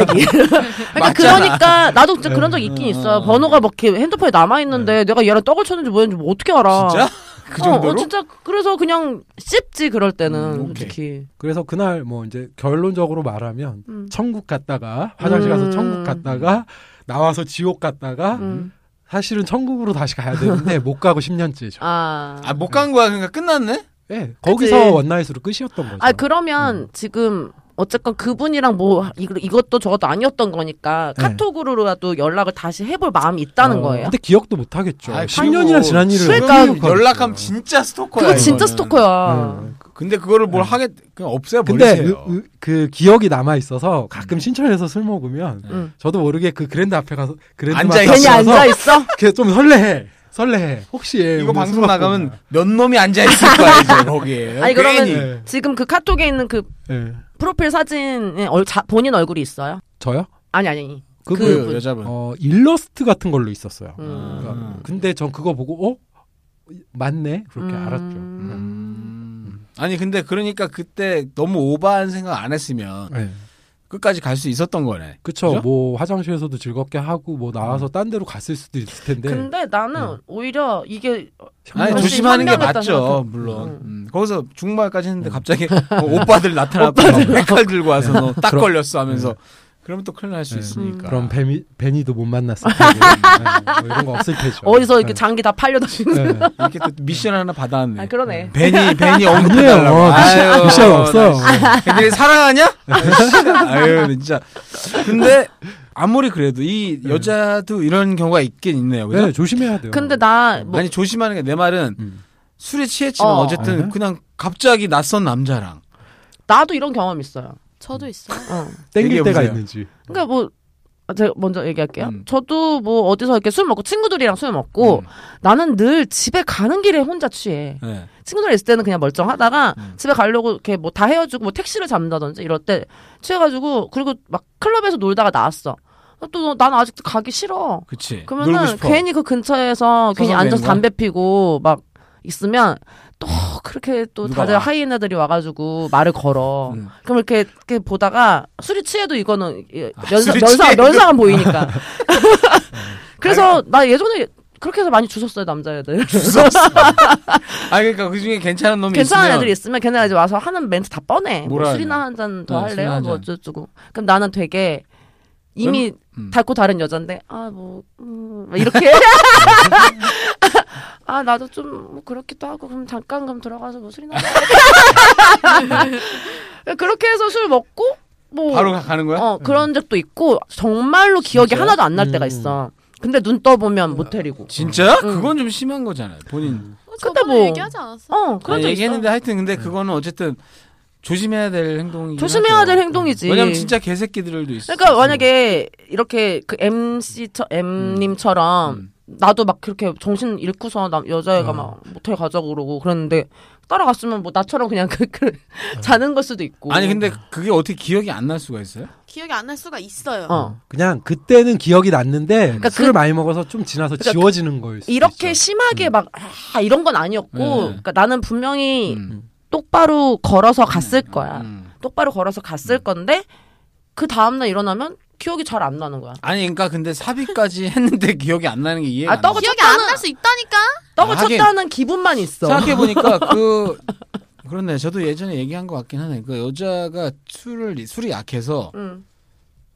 B: 얘기. 그러니까
A: 맞잖아.
B: 그러니까 나도 진짜 그런 적 있긴
A: 음,
B: 있어.
A: 음.
B: 번호가 막 이렇게 핸드폰에 남아 있는데 내가 얘랑 떡을 쳤는지 뭐였는지 뭐 어떻게
A: 네.
B: 알아?
A: 진짜? 그 정도로?
B: 어, 어, 진짜 그래서 그냥 씹지 그럴 때는
A: 음, 오케이.
B: 솔직히.
C: 그래서 그날 뭐 이제 결론적으로 말하면
B: 음.
C: 천국 갔다가 화장실 가서
B: 음.
C: 천국 갔다가 나와서 지옥 갔다가
B: 음.
C: 사실은 천국으로 다시 가야 되는데 못 가고 10년째죠.
B: 아.
A: 아, 못 간 거야. 그러니까 끝났네?
C: 예. 거기서 원나잇으로 끝이었던 거죠.
B: 아 그러면
C: 음.
B: 지금 어쨌건 그분이랑 뭐 이- 이것도 저것도 아니었던 거니까
C: 네.
B: 카톡으로라도 연락을 다시 해볼 마음이 있다는
C: 어,
B: 거예요.
C: 근데 기억도 못 하겠죠.
A: 아이,
C: 10년이나 지난 일을
A: 그리고
C: 어떻게
A: 지금
C: 기억하겠어요.
A: 연락하면 진짜 스토커야.
B: 그거 진짜
A: 이거는.
B: 스토커야.
C: 음.
A: 근데 그거를 뭘
C: 네.
A: 하게 그냥 없애야
C: 근데
A: 버리세요.
C: 으- 으- 그 기억이 남아 있어서
A: 음.
C: 가끔 신촌에서 술 먹으면
A: 네.
B: 음.
C: 저도 모르게 그 그랜드 앞에 가서 그랜드
A: 앉아
C: 마트
A: 있어.
B: 괜히
C: 앞에 가서
B: 앉아 있어.
C: 이렇게 좀 설레해. 설레해. 혹시 얘
A: 이거
C: 오늘 술
A: 방송
C: 먹고
A: 나가면
C: 오나.
A: 몇 놈이 앉아 있을 거야 이제 거기에.
B: 아니, 그러면-
A: 괜히.
C: 예.
B: 지금 그 카톡에 있는 그
C: 예.
B: 프로필 사진에 얼- 자- 본인 얼굴이 있어요?
C: 저요?
B: 아니 아니.
A: 그,
B: 그분.
A: 여자분.
C: 어 일러스트 같은 걸로 있었어요.
B: 음.
C: 그러니까 근데 전 그거 보고 어 맞네 그렇게
B: 음.
C: 알았죠.
A: 음. 아니 근데 그러니까 그때 너무 오바한 생각 안 했으면
C: 네.
A: 끝까지 갈 수 있었던 거네.
C: 그쵸.
A: 그죠? 음.
C: 뭐 화장실에서도 즐겁게 하고 뭐 나와서 딴 데로 갔을 수도 있을
A: 네.
C: 텐데.
B: 근데 나는 오히려 이게
A: 아니
B: 그렇지,
A: 조심하는 게
B: 현명했다
A: 맞죠,
B: 생각해.
A: 물론.
B: 음.
A: 음, 거기서 중말까지
C: 음.
A: 했는데 갑자기 어, 오빠들 나타나고 백칼 들고 와서 너 딱
C: 그럼-
A: 걸렸어 하면서
C: 네.
A: 그러면 또 큰일 날 수
C: 네.
A: 있으니까.
C: 그럼 베미, 베니도 못 만났을 테고 네, 뭐 이런 거 없을 테죠.
B: 어디서 이렇게
C: 네.
B: 장기 다 팔려다 주는.
C: 네.
A: 이렇게 또 미션 하나 받아왔네.
B: 아 그러네.
A: 베니 베니
C: 아니에요.
A: 언급해달라고.
C: 예, 어, 미션-
A: 아유,
C: 미션 없어요. 네.
A: 나 진짜. 걔들이 사랑하냐? 아유 진짜. 근데 아무리 그래도 이 여자도 이런 경우가 있긴 있네요. 그죠?
C: 네, 조심해야 돼요.
B: 근데 나뭐
A: 아니 조심하는 게 내 말은
C: 음.
A: 술에 취했지만
B: 어.
A: 어. 쨌든
C: 네.
A: 그냥 갑자기 낯선 남자랑
B: 나도 이런 경험 있어요.
D: 저도 있어요.
B: 어.
C: 땡길 때가
A: 얘기해보세요.
C: 있는지.
B: 그러니까 뭐 제가 먼저 얘기할게요.
A: 음.
B: 저도 뭐 어디서 이렇게 술 먹고 친구들이랑 술 먹고
A: 음.
B: 나는 늘 집에 가는 길에 혼자 취해.
A: 네.
B: 친구들 있을 때는 그냥 멀쩡하다가
A: 음.
B: 집에 가려고 이렇게 뭐 다 헤어지고 뭐 택시를 잡는다든지 이럴 때 취해가지고 그리고 막 클럽에서 놀다가 나왔어. 또 난 아직도 가기 싫어.
A: 그치. 놀고
B: 그러면은
A: 싶어.
B: 괜히 그 근처에서 괜히
A: 서서
B: 앉아서
A: 되는 거야?
B: 담배 피고 막 있으면 또 그렇게 또
A: 누가
B: 다들
A: 와?
B: 하이에나들이 와가지고 말을 걸어.
A: 음.
B: 그럼 이렇게, 이렇게 보다가 술이 취해도 이거는 이-
A: 아,
B: 면상,
A: 술이
B: 면상,
A: 취해.
B: 면상은 보이니까. 그래서 나 예전에 그렇게 해서 많이 주웠어요 남자애들.
A: 아 그러니까 그 중에 괜찮은 놈이
B: 괜찮은
A: 있으면
B: 애들이 있으면 걔네 이제 와서 하는 멘트 다 뻔해. 뭐
A: 뭐라
B: 술이나 한 잔 더
A: 어, 술이나
B: 할래요?
A: 한
B: 뭐
A: 잔.
B: 어쩌고. 그럼 나는 되게 이미
A: 음.
B: 닳고 다른 여잔데 아뭐 음, 막 이렇게 아 나도 좀뭐 그렇기도 하고 그럼 잠깐 그럼 들어가서 뭐 술이나 한잔 할까? 그렇게 해서 술 먹고 뭐
A: 바로 가- 가는 거야? 음.
B: 어 그런 적도 있고 정말로 기억이
A: 진짜요? 음.
B: 하나도 안 날
C: 음.
B: 때가 있어. 근데 눈 떠보면 모텔이고.
A: 진짜?
B: 응.
A: 그건 좀 심한 거잖아요. 본인.
B: 근데
D: 근데
B: 뭐-
D: 뭐 얘기하지 않았어?
B: 어 그런
A: 아니,
B: 적 있어.
A: 얘기했는데 하여튼 근데 그거는 어쨌든 조심해야 될 행동이
B: 조심해야 될 행동이지.
A: 왜냐면 진짜 개새끼들도 있어.
B: 그러니까 만약에 이렇게 그 MC 처 M 님처럼
A: 음.
B: 나도 막 그렇게 정신 잃고서 남 여자애가
C: 어.
B: 막 모텔 가자고 그러고 그랬는데 따라갔으면 뭐 나처럼 그냥 그, 그 자는 걸 수도 있고.
A: 어. 아니 근데 그게 어떻게 기억이 안 날 수가 있어요?
D: 기억이 안 날 수가 있어요.
B: 어.
C: 음. 그냥 그때는 기억이 났는데
A: 그러니까
C: 술을
B: 그-
C: 많이 먹어서 좀 지나서
B: 그러니까
C: 지워지는 거일 수도
B: 이렇게
C: 있죠.
B: 심하게 막 아, 이런 건 아니었고
A: 음. 네.
B: 그러니까 나는 분명히
A: 음.
B: 똑바로 걸어서 갔을 거야.
A: 음.
B: 똑바로 걸어서 갔을 건데 그 다음 날 일어나면 기억이 잘 안 나는 거야.
A: 아니 그러니까 근데 사비까지 했는데 기억이 안 나는 게 이해가
B: 아,
A: 안 돼.
B: 떡을
D: 기억이 안 날 수 있다니까.
B: 떡을
A: 아, 하긴.
B: 쳤다는 기분만 있어.
A: 생각해 보니까 그 그렇네. 저도 예전에 얘기한 것 같긴 하네. 그 여자가 술을 술이 약해서
B: 응.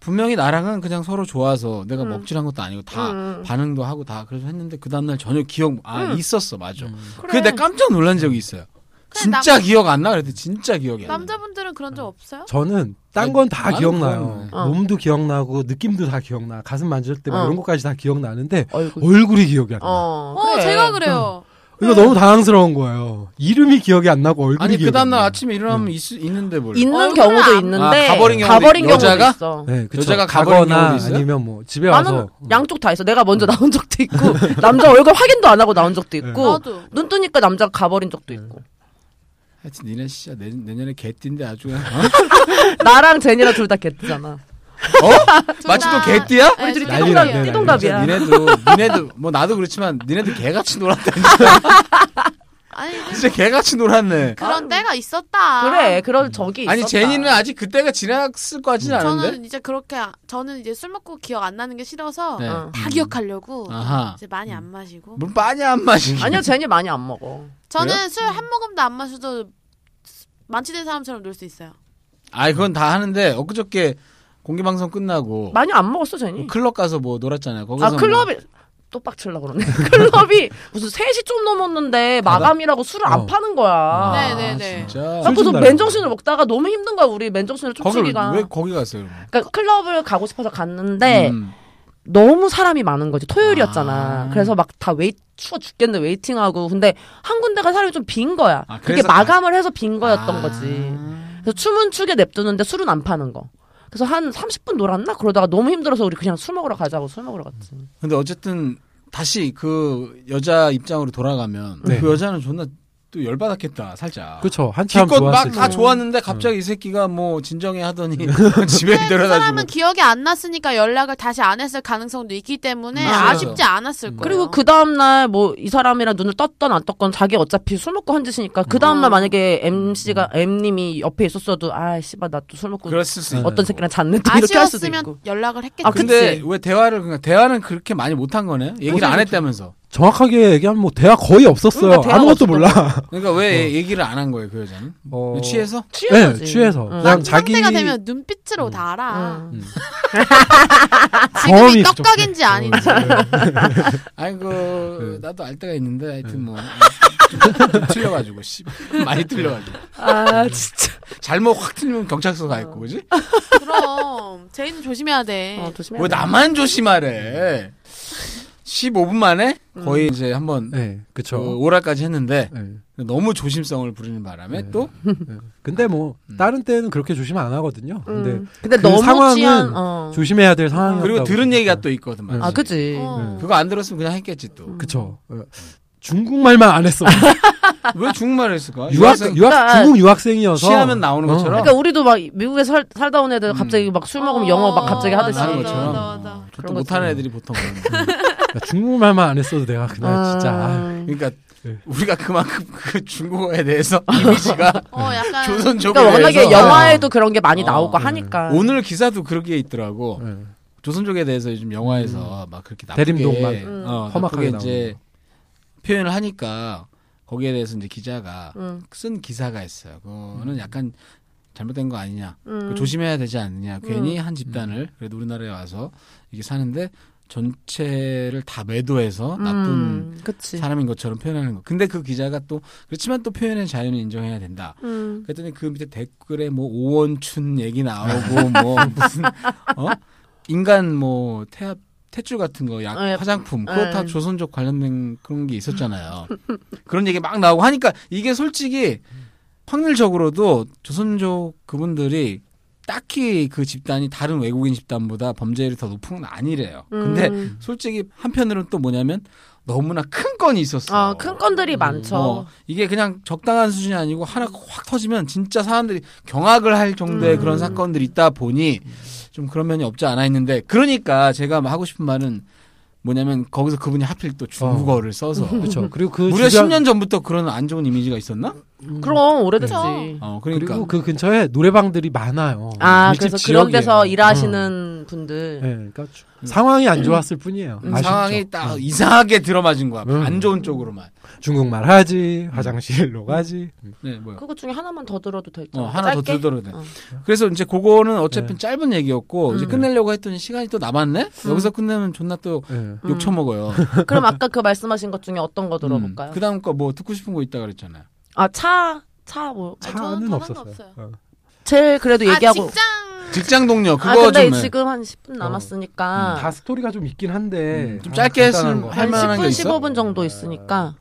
A: 분명히 나랑은 그냥 서로 좋아서 내가
B: 음.
A: 먹칠한 것도 아니고 다
B: 응, 응.
A: 반응도 하고 다 그래서 했는데 그 다음날 전혀 기억 아
B: 음.
A: 있었어 맞아.
B: 그래.
A: 그래. 내가 깜짝 놀란 적이 있어요.
D: 그래, 남-
A: 진짜 기억 안 나. 그랬더니 진짜 기억이 안 나.
D: 남자분들은 그런 적 없어요?
C: 저는 딴
A: 아니,
C: 건 다
A: 나는
C: 기억나요.
A: 그건-
B: 어.
C: 몸도 기억나고 느낌도 다 기억나. 가슴 만질 때 뭐
B: 어.
C: 이런 것까지 다 기억나는데
B: 얼굴.
C: 얼굴이 기억이 안 나.
B: 어,
D: 어,
B: 그래.
D: 제가 그래요.
C: 이거 너무 당황스러운 거예요. 이름이 기억이 안 나고 얼굴이
A: 아니
C: 기억이
A: 그 다음날
C: 안
A: 아침에 일어나면 있, 있는데 뭘?
B: 있는
D: 얼굴은
B: 경우도
D: 안-
B: 있는데
A: 아, 가버린 경우도
B: 가버린
A: 있-
B: 경우도
A: 여자가?
B: 있어.
C: 네, 그쵸.
A: 여자가 가버린
C: 가거나
A: 경우도 있어요?
C: 아니면 뭐 집에
B: 나는
C: 와서
B: 양쪽 다 있어. 내가 먼저 나온 적도 있고 남자 얼굴 확인도 안 하고 나온 적도 있고
D: 나도.
B: 눈 뜨니까 남자가 가버린 적도 있고
A: 하여튼 니네 진짜 내, 내년에 개띠인데 아주 어? 그냥
B: 나랑 제니랑 둘 다 개뜨잖아.
A: 어? 마침 또 개띠야?
D: 우리 둘이
C: 난리 났네, 난리
B: 띠동갑이야.
A: 진짜 니네도 니네도 뭐 나도 그렇지만 니네도 개같이 놀았다.
D: 아니
A: 진짜 개같이 놀았네.
D: 그런 때가 있었다.
B: 그래 그럴 적이 있었다.
A: 아니 제니는 아직 그때가 지났을 것 같지는 않은데.
D: 음. 저는 이제 그렇게 아- 저는 이제 술 먹고 기억 안 나는 게 싫어서
A: 네.
B: 어.
D: 다 기억하려고
A: 아하.
D: 이제 많이 안 마시고
A: 물 빠냐 안 마시기.
B: 아니야 제니 많이 안 먹어.
A: 그래요?
D: 저는 술 한 모금도 안 마셔도 만취된 사람처럼 놀 수 있어요.
A: 아 그건 다 하는데 엊그저께 공개 방송 끝나고
B: 많이 안 먹었어 제니.
A: 클럽 가서 뭐 놀았잖아요. 거기서
B: 아 클럽이 또 빡칠라 그러네. 클럽이 무슨 3시 좀 넘었는데 마감이라고 술을 안
C: 어.
B: 파는 거야.
D: 네,
A: 뭐...
D: 네.
A: 진짜.
C: 술
B: 자꾸
C: 좀
B: 맨정신을 먹다가 너무 힘든 거야 우리 맨정신을
A: 거기
B: 쫓기기가. 네,
A: 왜 거기 갔어요? 그럼?
B: 그러니까 클럽을 가고 싶어서 갔는데
A: 음.
B: 너무 사람이 많은 거지 토요일이었잖아.
A: 아.
B: 그래서 막 다 웨이 추워 죽겠는데 웨이팅하고 근데 한 군데가 사람이 좀 빈 거야.
A: 아,
B: 그게
A: 그래서
B: 마감을 해서 빈 거였던
A: 아.
B: 거지. 그래서 춤은 추게 냅두는데 술은 안 파는 거. 그래서 한 30분 놀았나 그러다가 너무 힘들어서 우리 그냥 술 먹으러 가자고 술 먹으러 갔지.
A: 근데 어쨌든 다시 그 여자 입장으로 돌아가면
C: 네.
A: 그 여자는 존나 또 열받았겠다 살짝. 네.
C: 그쵸 한참
A: 기껏 막
C: 좋았을
A: 다
C: 때.
A: 좋았는데 갑자기 이 새끼가 뭐 진정해 하더니 집에
D: 근데 그
A: 데려다주고
D: 사람은 기억이 안 났으니까 연락을 다시 안 했을 가능성도 있기 때문에
A: 음,
D: 아쉽지 않았을 거예요.
B: 그리고 그 다음날 뭐 이 사람이랑 눈을 떴던 안 떴건 자기 어차피 술 먹고 헌짓이니까 그 다음날
D: 음.
B: 만약에 MC가 M님이 옆에 있었어도 아 씨발 나 또 술 먹고
A: 그랬을 수 있고.
B: 어떤 새끼랑 잤네 또 이렇게 할 수도 있고.
D: 아, 아쉬웠으면 연락을 했겠지.
B: 아,
A: 근데
B: 그치.
A: 왜 대화를 그냥 대화는 그렇게 많이 못한 거네? 얘기를 안 했다면서.
C: 정확하게 얘기하면 뭐 대화 거의 없었어요.
B: 그러니까 대화가
C: 아무것도
B: 없었던
C: 몰라.
A: 그러니까 왜 얘기를 안 한 거예요 그 여자는?
B: 뭐
C: 어...
A: 취해서?
C: 네,
B: 취해서지.
C: 취해서
B: 응.
C: 그냥 자기
D: 상대가 되면 눈빛으로
C: 음.
D: 다 알아. 아,
B: 응.
C: 음.
D: 지금이
C: 저음이 부족해.
D: 떡각인지 아닌지.
C: 어, 네.
A: 아이고
C: 네.
A: 그, 나도 알 때가 있는데 하여튼
C: 네.
A: 뭐 좀 틀려가지고 씨 많이 틀려가지고
B: 아 진짜.
A: 잘못 확 틀리면 경찰서 가 있고 그지?
D: 그럼 제인은 조심해야 돼.
B: 어, 조심해.
A: 왜 나만 조심하래? 15분 만에 거의 이제 한번
C: 네,
A: 그
C: 그쵸.
A: 오라까지 했는데
C: 네.
A: 너무 조심성을 부르는 바람에
C: 네.
A: 또
C: 근데 뭐
A: 음.
C: 다른 때는 그렇게 조심 안 하거든요. 근데
B: 음. 근데
C: 그
B: 너무
C: 상황은
B: 취한 어.
C: 조심해야 될
A: 음.
C: 상황이었다.
A: 그리고 들은 얘기가 또 있거든.
C: 네.
B: 아 음.
A: 맞지?
B: 그지
D: 어.
A: 그거 안 들었으면 그냥 했겠지 또.
C: 그쵸. 어, 중국말만 안 했어.
A: 왜 중국말을 했을까?
C: 유학 유학
B: 그러니까
C: 중국 유학생이어서
A: 시하면 나오는 것처럼.
B: 그러니까 우리도 막 미국에서 살, 살다 온 애들
A: 음.
B: 갑자기 막 술 먹으면 영어 막 갑자기
D: 어,
B: 하듯이
D: 맞아,
A: 하는
D: 맞아,
A: 것처럼.
D: 맞아, 맞아.
A: 저도
B: 그런
A: 못하는
C: 거지.
A: 애들이 보통. 그런 거.
C: 나 그러니까 중국말만 안 했어도 내가 그날 진짜 아,
A: 그러니까
C: 네.
A: 우리가 그만큼 그 중국어에 대해서 이미지가
D: 어, 약간
A: 조선 족에
B: 그러니까 워낙에
A: 대해서
B: 영화에도 그런 게 많이
A: 어,
B: 나오고
C: 네.
B: 하니까
A: 오늘 기사도 그렇게 있더라고.
C: 네.
A: 조선 족에 대해서 요즘 영화에서 막 그렇게 나쁘게
C: 대림동만.
B: 음.
A: 어,
C: 험악하게
A: 나쁘게 이제 표현을 하니까 거기에 대해서 이제 기자가
B: 음,
A: 쓴 기사가 있어요. 그거는 약간 잘못된 거 아니냐.
B: 음.
A: 그거 조심해야 되지 않느냐. 괜히 한 집단을 그래도 우리나라에 와서 이게 사는데 전체를 다 매도해서 나쁜
B: 음, 그치
A: 사람인 것처럼 표현하는 거. 근데 그 기자가 또 그렇지만 또 표현의 자유는 인정해야 된다.
B: 음.
A: 그랬더니 그 밑에 댓글에 뭐 오원춘 얘기 나오고 뭐 무슨 어 인간 뭐 태압 탯줄 같은 거 약
B: 예.
A: 화장품 그거 다
B: 예.
A: 조선족 관련된 그런 게 있었잖아요. 그런 얘기 막 나오고 하니까 이게 솔직히 확률적으로도 조선족 그분들이 딱히 그 집단이 다른 외국인 집단보다 범죄율이 더 높은 건 아니래요. 근데
B: 음.
A: 솔직히 한편으로는 또 뭐냐면 너무나 큰 건이 있었어.
B: 아, 큰 건들이 많죠.
A: 어, 이게 그냥 적당한 수준이 아니고 하나 확 터지면 진짜 사람들이 경악을 할 정도의
B: 음.
A: 그런 사건들이 있다 보니 좀 그런 면이 없지 않아 있는데 그러니까 제가 하고 싶은 말은 뭐냐면 거기서 그분이 하필 또 중국어를 써서
C: 그렇죠. 그리고 그
A: 무려
C: 주변-
A: 10년 전부터 그런 안 좋은 이미지가 있었나?
C: 음.
B: 그럼 오래됐지.
D: 그쵸.
A: 어 그러니까
C: 그리고 그 근처에 노래방들이 많아요.
B: 아
A: 밀집
B: 그래서 그런 데서
A: 지역이에요.
B: 일하시는 분들.
C: 네, 그러니까 주- 상황이 안 좋았을 뿐이에요.
B: 음.
C: 아쉽죠.
A: 음. 상황이 딱
C: 음.
A: 이상하게 들어맞은 거야.
C: 음.
A: 안 좋은 쪽으로만.
C: 중국말 하지, 화장실로 가지. 음.
A: 네, 뭐야.
B: 그것 중에 하나만 더 들어도 될까?
C: 그
A: 어, 하나 더 들더라도 돼.
B: 어.
A: 그래서 이제 그거는 어차피
C: 네.
A: 짧은 얘기였고 이제
B: 음.
A: 끝내려고 했더니 시간이 또 남았네.
C: 음.
A: 여기서 끝내면 존나 또
C: 예.
D: 아,
A: 욕처 먹어요.
B: 그럼 아까 그 말씀하신 것 중에 어떤 거 들어볼까요?
A: 그 다음 거 뭐 듣고 싶은 거 있다 그랬잖아요.
B: 아 차 차 뭐
D: 아, 저는
C: 차는
D: 다른 거
C: 없었어요.
D: 없어요.
C: 어.
B: 제일 그래도
D: 아,
B: 얘기하고.
D: 직장
A: 직장 동료 어, 그거
B: 아 근데
A: 좀, 예. 해. 어.
B: 지금 한 10분 남았으니까
C: 다 스토리가 좀 있긴 한데
A: 음, 좀
C: 아,
A: 짧게
C: 간단한
A: 했으면
C: 거.
A: 할
B: 아. 한
A: 만한 게
B: 10분
A: 있어? 네.
B: 15분 정도 있으니까.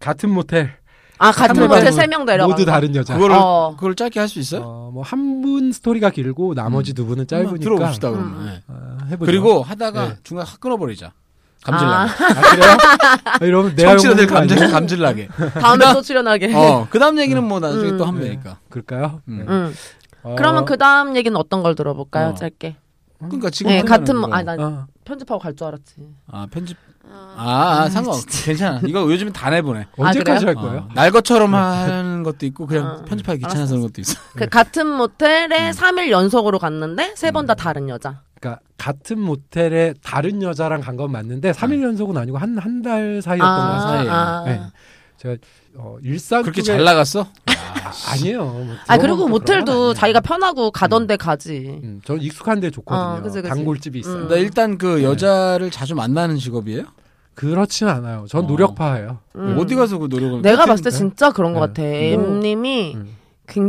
C: 같은 모텔
B: 아 같은
A: 한
B: 곳에
A: 번.
B: 세 명 내려가.
C: 모두 다른 여자. 아,
A: 그거를
B: 어.
A: 그걸 짧게 할 수 있어요? 음.
C: 뭐 한 분 스토리가 길고 나머지 두 분은 짧으니까
A: 한번 들어봅시다 그러면.
B: 음.
A: 예.
C: 아, 해보죠.
A: 그리고 하다가
C: 네.
A: 중간 에확 끊어버리자. 감질나게.
C: 아, 그래요? 아, 이러면 내가
A: 청취자들
C: 욕먹는 거 아니에요?
A: 감질 감질나게.
B: 다음에 또 출연하게.
A: 어, 그다음 얘기는 뭐 나중에
B: 네. 음.
A: 또 하면
C: 네.
A: 되니까.
C: 그럴까요?
A: 음.
C: 네.
B: 음.
C: 어,
B: 그러면 그 다음 얘기는 어떤 걸 들어볼까요?
A: 어.
B: 짧게.
A: 그러니까 지금
B: 네,
A: 하자는
B: 같은
A: 그거.
B: 아 난
C: 어,
B: 편집하고 갈 줄 알았지.
A: 아, 편집
D: 어,
A: 아, 아 상관 없어. 괜찮아. 이거 요즘은 다 내보내.
C: 언제까지
B: 아, 그래요?
C: 할 거예요?
A: 어, 날 것처럼 하는 것도 있고 그냥
B: 어.
A: 편집하기 귀찮아서 그런 것도 있어.
B: 그 같은
A: 음.
B: 모텔에 삼 3일 연속으로 갔는데 세 번 다 다른 여자.
C: 그러니까 같은 모텔에 다른 여자랑 간 건 맞는데 3일 연속은 아니고 한 한 달 사이였던 것
B: 네. 아,
C: 같아요.
A: 사이에.
B: 아.
C: 네. 제가 어, 일상
A: 그렇게
C: 쪽에-
A: 잘 나갔어?
C: 아, 아니에요. 뭐
B: 아
C: 들어보니까
B: 그리고
C: 그런 건
B: 모텔도
C: 아니에요.
B: 자기가 편하고 가던 데 가지.
C: 음, 저는 익숙한 데 좋거든요.
B: 어, 그치, 그치.
C: 단골집이 있어요.
B: 음.
A: 나 일단 그 여자를 자주 만나는 직업이에요?
C: 그렇진 않아요. 전
A: 어.
C: 노력파예요.
B: 음.
A: 어디 가서 그 노력을
B: 내가 봤을 때
A: 했는데?
B: 진짜 그런 것
C: 네.
B: 같아.
C: 뭐.
B: M님이
C: 음.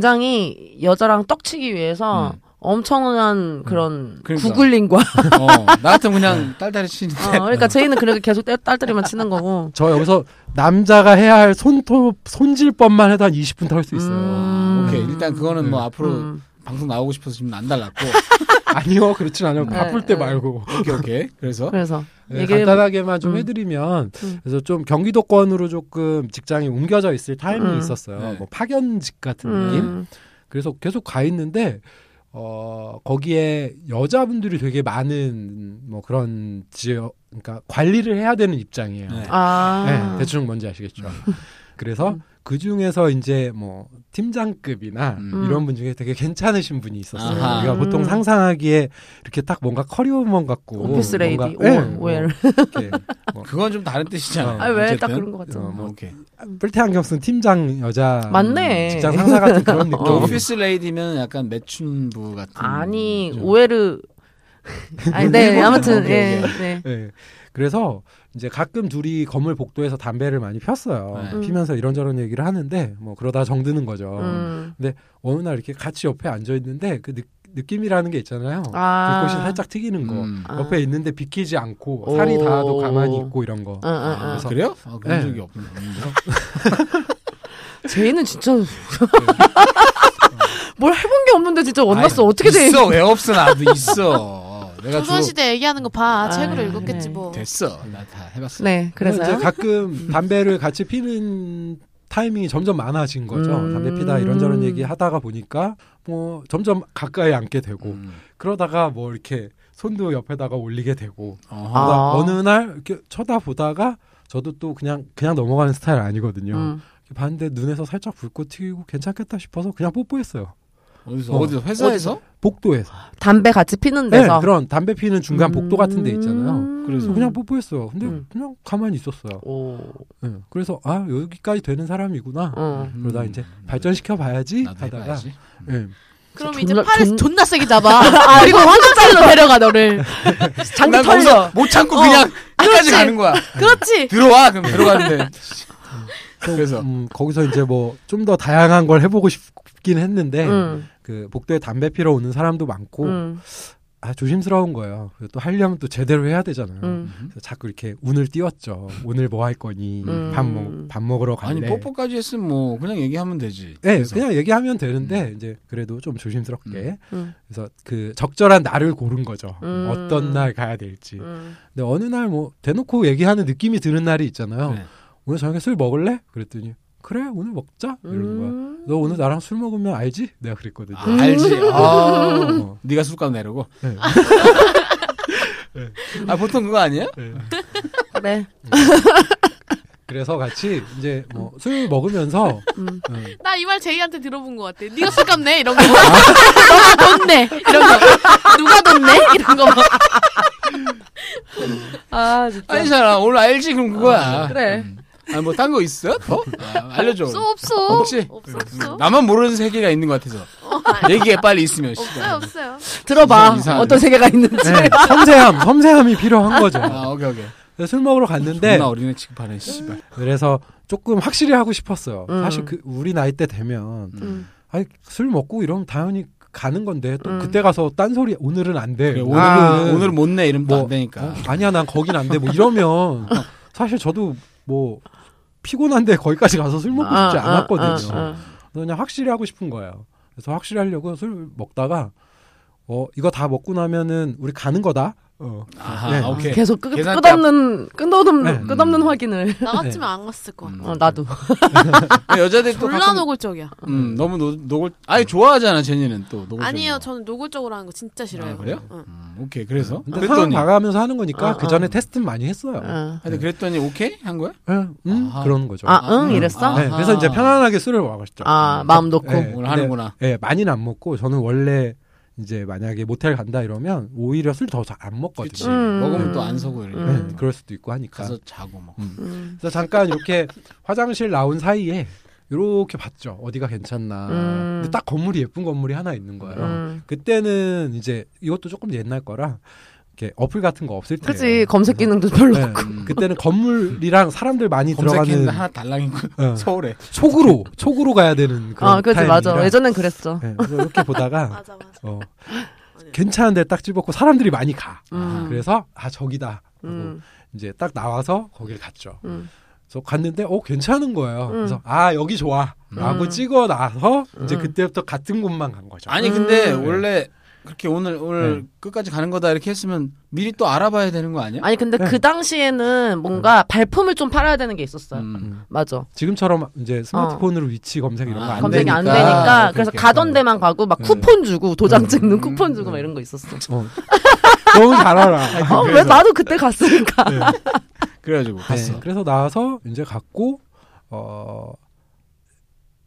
B: 굉장히 여자랑 떡치기 위해서
A: 음.
B: 엄청난 그런
A: 그러니까.
B: 구글링과.
A: 어, 나 같으면 그냥 딸딸이 치는데
B: 어, 그러니까 제이는 그렇게 계속 떼- 딸들이만 치는 거고.
C: 저 여기서 남자가 해야 할 손톱 손질법만 해도 한 20분 탈 수 있어요.
B: 음.
A: 오케이 일단 그거는 뭐
C: 네.
A: 앞으로
B: 음.
A: 방송 나오고 싶어서 지금 안 달랐고
C: 아니요, 그렇진 않아요.
B: 네,
C: 바쁠 때
B: 네.
C: 말고
A: 오케이 오케이 그래서
B: 그래서
C: 네,
B: 얘기해-
C: 간단하게만 좀
B: 음.
C: 해드리면
B: 음.
C: 그래서 좀 경기도권으로 조금 직장이 옮겨져 있을 타이밍이
B: 음.
C: 있었어요.
A: 네.
C: 뭐 파견직 같은 느낌.
B: 음.
C: 그래서 계속 가 있는데 어 거기에 여자분들이 되게 많은 뭐 그런 지역 그러니까 관리를 해야 되는 입장이에요.
A: 네. 음.
B: 아. 음.
C: 네, 대충 뭔지 아시겠죠. 그래서 그 중에서 이제 뭐 팀장급이나
A: 음.
C: 이런 분 중에 되게 괜찮으신 분이 있었어요.
A: 아하.
C: 우리가 보통
B: 음.
C: 상상하기에 이렇게 딱 뭔가 커리어먼 같고
B: 오피스 레이디.
C: 뭔가-
B: 오,
C: 네,
B: 웰.
C: 이렇게
A: 그건 좀 다른 뜻이잖아.
C: 어.
B: 아, 왜 딱 그런
A: 어쨌든.
B: 것 같잖아.
C: 어, 뭐
A: 오케이.
C: 뿔테 안경 쓴 팀장 여자
B: 맞네.
C: 직장 상사 같은 그런
A: 또
C: 느낌.
A: 어, 오피스 레이디면 약간 매춘부 같은.
B: 어. 아니,
A: 좀.
B: 오해를. 아니, 네,
A: 일본은
B: 아무튼,
A: 오케이,
B: 예,
A: 오케이.
B: 네.
C: 예. 그래서 이제 가끔 둘이 건물 복도에서 담배를 많이 폈어요.
A: 네.
C: 피면서 이런저런 얘기를 하는데 뭐 그러다 정드는 거죠.
B: 음. 음.
C: 어느 날 이렇게 같이 옆에 앉아 있는데 그 느, 느낌이라는 게 있잖아요.
B: 아.
C: 불꽃이 살짝 튀기는 거.
A: 음.
B: 아.
C: 옆에 있는데 비키지 않고 살이 닿아도
B: 오.
C: 가만히 있고 이런 거.
B: 응, 응, 응.
A: 아, 그래요? 아, 그런
C: 네.
A: 적이 없- 없는데요.
B: 쟤는 진짜 뭘 해본 게 없는데 진짜 원났어
A: 아이,
B: 어떻게 돼?
A: 있어 왜 없어 나도 있어. 내가 주로
D: 조선시대 얘기하는 거 봐.
B: 아,
D: 책으로
B: 네.
D: 읽었겠지 뭐.
A: 됐어 나 다 해봤어.
B: 네,
C: 이제
B: 그래서요. 음.
C: 가끔 담배를 같이 피는 타이밍이 점점 많아진 거죠.
B: 음.
C: 담배 피다 이런저런 얘기 하다가 보니까 뭐 점점 가까이 앉게 되고
A: 음.
C: 그러다가 뭐 이렇게 손도 옆에다가 올리게 되고
A: 어허.
B: 아.
C: 그러다 어느 날 이렇게 쳐다보다가 저도 또 그냥 그냥 넘어가는 스타일 아니거든요.
B: 음.
C: 봤는데 눈에서 살짝 불꽃 튀고 괜찮겠다 싶어서 그냥 뽀뽀했어요.
A: 어디서
C: 어.
A: 어디서 회사에서?
C: 복도에서.
B: 아, 담배 같이 피는
C: 네,
B: 데서
C: 그런 담배 피는 중간 복도 같은 데 있잖아요.
A: 그래서
C: 그냥 뽀뽀했어요. 근데
B: 음.
C: 그냥 가만히 있었어요.
B: 오,
C: 네, 그래서 아 여기까지 되는 사람이구나.
B: 응.
C: 아. 그러다
A: 음.
C: 이제 발전시켜 봐야지
A: 나도
C: 하다가
A: 해봐야지.
C: 예.
D: 그럼
B: 존나-
D: 이제 팔에서
B: 존-
D: 존나 세게 잡아. 그리고 황소살로 데려가 너를.
B: 장기
A: 난
B: 털려.
A: 거기서 못 참고
D: 어,
A: 그냥 끝까지
D: 그렇지.
A: 가는 거야.
D: 그렇지.
A: 들어와 그럼 들어가는데. 그래서
C: 음, 거기서 이제 뭐 좀 더 다양한 걸 해보고 싶긴
B: 음,
C: 했는데
B: 응,
C: 그 복도에 담배 피러 오는 사람도 많고
B: 응,
C: 아 조심스러운 거예요. 그리고 또 하려면 또 제대로 해야 되잖아요.
B: 응.
C: 그래서 자꾸 이렇게 운을 띄웠죠. 오늘 뭐 할 거니?
B: 음.
C: 밥, 먹, 밥 먹으러
A: 아니
C: 갈래?
A: 뽀뽀까지 했으면 뭐 그냥 얘기하면 되지.
C: 네,
A: 그래서.
C: 그냥 얘기하면 되는데 이제 그래도 좀 조심스럽게
A: 음.
B: 음.
C: 그래서 그 적절한 날을 고른 거죠.
B: 음.
C: 어떤 날 가야 될지.
B: 응.
C: 근데 어느 날 뭐 대놓고 얘기하는 느낌이 드는 날이 있잖아요.
A: 네.
C: 오늘 저녁에 술 먹을래? 그랬더니 그래 오늘 먹자 이러는 거야.
B: 음.
C: 너 오늘 나랑 술 먹으면 알지? 내가 그랬거든요.
A: 아, 알지. 아,
C: 어.
A: 네가 술값 내려고.
C: 네.
A: 아 보통 그거 아니야?
C: 네.
B: 그래.
C: 그래서 같이 이제 뭐 술 먹으면서
B: 음.
C: 음,
D: 나 이 말 제이한테 들어본 것 같아. 네가 술값 내 이런 거. 너가 돈 내. 이런 거. 누가 돈 내? 이런 거. 막.
B: 아 진짜. 음.
A: 아니잖아. 오늘 알지 그럼 그거야.
B: 아, 그래.
A: 아니 뭐 딴 거 있어? 더? 아, 알려줘.
D: 없어 없어.
A: 없지?
D: 없어 없어. 어,
A: 나만 모르는 세계가 있는 것 같아서 얘기해 빨리 있으면.
D: 없어요 없어요.
B: 들어봐.
A: 이상- 이상하네.
B: 어떤 세계가 있는지.
C: 네, 섬세함, 섬세함이 필요한 거죠.
A: 아 오케이 오케이.
C: 그래서 술 먹으러
A: 네.
C: 갔는데
A: 나 어린애 취급하네 씨발.
C: 그래서 조금 확실히 하고 싶었어요.
B: 음.
C: 사실 그 우리 나이 때 되면
B: 음.
C: 아니 술 먹고 이러면 당연히 가는 건데 또
B: 음.
C: 그때 가서 딴 소리 오늘은 안 돼.
A: 그래, 오늘은
C: 아,
A: 오늘은 못 내 이러면
C: 뭐,
A: 또안 되니까.
B: 그러니까.
C: 어, 아니야 난 거긴 안 돼. 뭐
B: 어.
C: 이러면 사실 저도 뭐 피곤한데 거기까지 가서 술 먹고 싶지
B: 아, 아,
C: 않았거든요.
B: 아, 아.
C: 그래서 그냥 확실히 하고 싶은 거예요. 그래서 확실히 하려고 술 먹다가 어 이거 다 먹고 나면은 우리 가는 거다. 어.
A: 아하
C: 네.
A: 오케이.
B: 계속 끝,
A: 계산
B: 끝없는 끝없는
C: 네.
B: 끝없는 확인을.
D: 나 같으면 안 갔을 것 같아.
A: 음.
B: 어, 나도.
A: 여자들이 또
D: 아, 졸라
A: 가끔
D: 노골적이야.
A: 음, 너무 노, 노골. 아니 좋아하잖아 제니는 또 노골.
D: 아니에요. 저는 노골적으로 하는 거 진짜 싫어요.
A: 아, 그래요?
D: 응.
A: 음, 오케이 그래서.
C: 근데 상황
A: 그랬더니.
C: 봐가면서 네. 하는 거니까
B: 아,
C: 그 전에
B: 아.
C: 테스트는 많이 했어요.
B: 아,
A: 근데 그랬더니 오케이 한 거야?
C: 응, 음,
A: 아하.
C: 그런 거죠.
B: 아, 응 이랬어.
A: 아하.
C: 네, 그래서 이제 편안하게 술을 먹었죠.
B: 아 마음 놓고.
C: 네.
A: 오늘 하는구나.
C: 예, 많이는 안 먹고 저는 원래 이제 만약에 모텔 간다 이러면 오히려 술 더 잘 안
A: 그치.
C: 먹거든요.
B: 음.
A: 먹으면 또 안 서고 이렇게
C: 예,
B: 음.
C: 그럴 수도 있고 하니까.
A: 가서 자고 뭐.
B: 음.
C: 그래서 잠깐 이렇게 화장실 나온 사이에 이렇게 봤죠. 어디가 괜찮나.
B: 음.
C: 근데 딱 건물이 예쁜 건물이 하나 있는 거예요.
B: 음.
C: 그때는 이제 이것도 조금 옛날 거라 이렇게 어플 같은 거 없을 때.
B: 그치 검색 기능도 별로
C: 예. 네,
B: 없고.
C: 그때는 건물이랑 사람들 많이
A: 음. 검색했는데
C: 들어가는
A: 하나 달랑이고
C: 어,
A: 서울에.
C: 속으로 속으로 가야 되는 그런
B: 아 그렇지
C: 타이밍이라.
B: 맞아. 예전엔 그랬어.
C: 네, 그래서 이렇게 보다가
D: 맞아
B: 음.
D: 맞아.
C: 어, 괜찮은데 딱 집었고 사람들이 많이 가.
B: 음.
C: 그래서 아 저기다. 하고
B: 음.
C: 이제 딱 나와서 거길 갔죠.
B: 음.
C: 그래서 갔는데 어 괜찮은 거예요. 그래서 아 여기 좋아라고
B: 음.
C: 찍어 나서 이제 그때부터 같은 곳만 간 거죠.
A: 아니 근데
C: 음.
A: 원래 그렇게 오늘 오늘
C: 네.
A: 끝까지 가는 거다 이렇게 했으면 미리 또 알아봐야 되는 거 아니야?
B: 아니 근데
C: 네. 음.
B: 그 당시에는 뭔가 발품을 좀 팔아야 되는 게 있었어요.
A: 음.
B: 맞아.
C: 지금처럼 이제 스마트폰으로 위치 검색 이런
A: 아,
C: 거 안
B: 어. 검색이
C: 되니까. 아,
B: 안 되니까 그래서
C: 그렇게
B: 가던
C: 해서.
B: 데만 가고 막
C: 네.
B: 쿠폰 주고 도장
C: 음.
B: 찍는 쿠폰 주고 막 이런 거 있었어.
C: 어. 너무 잘 알아.
B: 어, 왜 나도 그때 갔으니까.
A: 그래가지고 갔어.
C: 네, 그래서 나와서 이제 갔고 어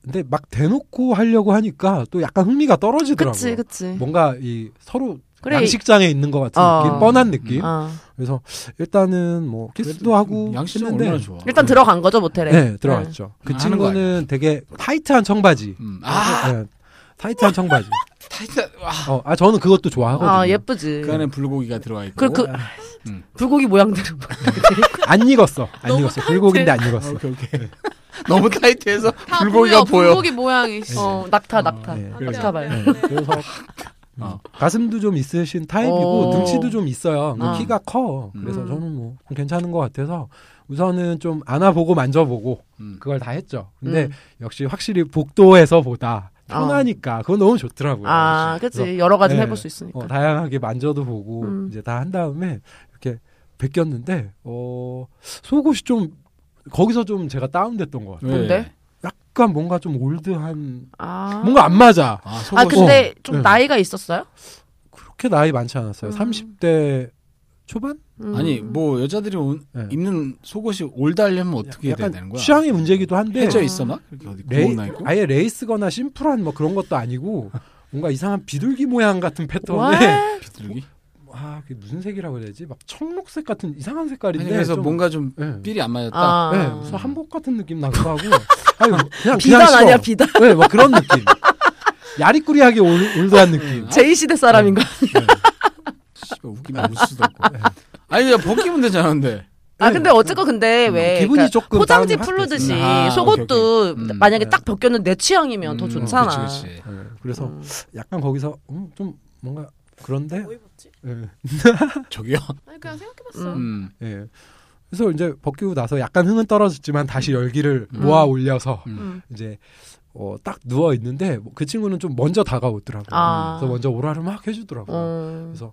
C: 근데 막 대놓고 하려고 하니까 또 약간 흥미가 떨어지더라고요. 뭐,
B: 그치 그치.
C: 뭔가 이 서로
B: 그래.
C: 양식장에 있는 것 같은
B: 어.
C: 느낌, 뻔한 느낌.
B: 어.
C: 그래서 일단은 뭐 키스도
A: 그래도
C: 하고
A: 음, 양식은
C: 했는데
A: 얼마나 좋아. 아,
B: 일단 들어간 거죠 모텔에.
C: 네 들어갔죠. 그
A: 하는 거
C: 친구는 되게 타이트한 청바지.
A: 음. 아
C: 네, 타이트한 청바지.
A: 타이탄 와.
C: 어, 아 저는 그것도 좋아하거든요. 뭐, 아,
B: 아 예쁘지.
A: 그 안에 불고기가 들어가 있고.
B: 그리고 그
A: 음.
B: 불고기 모양대로
C: 안 익었어, 안
D: 너무
C: 익었어. 불고기인데 안
A: 아,
C: 익었어.
A: 오케이 오케이.
C: 네.
A: 너무 타이트해서
D: 다
B: 아,
A: 불고기가 보여.
D: 불고기 모양이. 씨. 아,
B: 어 낙타 낙타
C: 네.
D: 안 돼,
B: 낙타발
D: 안 돼,
A: 아,
C: 네,
D: 안 돼.
C: 그래서
A: 어.
C: 가슴도 좀 있으신 타입이고
B: 어.
C: 등치도 좀 있어요. 근데
B: 아.
C: 키가 커. 그래서
D: 음.
C: 저는 뭐 괜찮은 것 같아서 우선은 좀 안아보고 만져보고
A: 음.
C: 그걸 다 했죠. 근데
B: 음.
C: 역시 확실히 복도에서보다 편하니까 그건 너무 좋더라고요.
B: 아,
C: 그래서,
B: 그치. 여러 가지
C: 네.
B: 해볼 수 있으니까.
C: 어, 다양하게 만져도 보고
B: 그러니까. 음.
C: 이제 다 한 다음에 이렇게 벗겼는데 어, 속옷이 좀 거기서 좀 제가 다운됐던 것 같아요.
B: 뭔데?
A: 예.
C: 약간 뭔가 좀 올드한
B: 아.
C: 뭔가 안 맞아.
A: 아, 속옷이-
B: 아, 근데 좀
C: 네.
B: 나이가 있었어요?
C: 그렇게 나이 많지 않았어요.
B: 음.
C: 30대 초반?
B: 음.
A: 아니 뭐 여자들이 온-
C: 네.
A: 입는 속옷이 올달려면 어떻게 돼야 되는 거야?
C: 취향의 문제이기도 한데
A: 해져 있어 막 이렇게 어디
C: 레이,
A: 구멍나 있고.
C: 아예 레이스거나 심플한 뭐 그런 것도 아니고 뭔가 이상한 비둘기 모양 같은
B: 와.
C: 패턴에
A: 비둘기.
C: 아 그게 무슨 색이라고 해야 되지? 막 청록색 같은 이상한
A: 아니,
C: 색깔인데
A: 그래서
C: 좀-
A: 뭔가 좀
C: 예.
A: 삘이 안 맞았다.
B: 아.
C: 예, 무슨 한복 같은 느낌 나기도 하고 아니, 뭐 그냥
B: 비단
C: 그냥
B: 아니야, 비단.
C: 네, 막 그런 느낌 야리꾸리하게 올,
B: 네.
C: 올드한 느낌
B: 제2시대 사람인가?
A: 음, 아,
C: 네.
A: 씨발, 웃기면 웃을 수도 없고. 아니 그냥 벗기면 되잖아 근데.
B: 아, 근데 어쨌건 근데 왜.
C: 네. 음, 기분이
B: 그러니까
C: 조금
B: 포장지
C: 다운이 확
B: 풀르듯이
A: 됐어요. 아,
B: 속옷도
A: 오케이, 오케이. 음,
B: 만약에
C: 네.
B: 딱 벗겼는데 내 취향이면 더
A: 음,
B: 좋잖아.
A: 그치, 그치.
C: 예, 그래서
B: 음.
C: 약간 거기서 음, 좀 뭔가 그런데
D: 뭐 입었지?
C: 예.
A: 저기요.
D: 아니 그냥 생각해봤어.
B: 음.
A: 음.
C: 예. 그래서 이제 벗기고 나서 약간 흥은 떨어졌지만 다시 열기를
A: 음.
C: 모아 올려서
A: 음.
D: 음.
C: 이제 어, 딱 누워 있는데 뭐그 친구는 좀 먼저 다가오더라고요.
B: 아.
C: 그래서 먼저 오라를 막 해주더라고요.
B: 음.
C: 그래서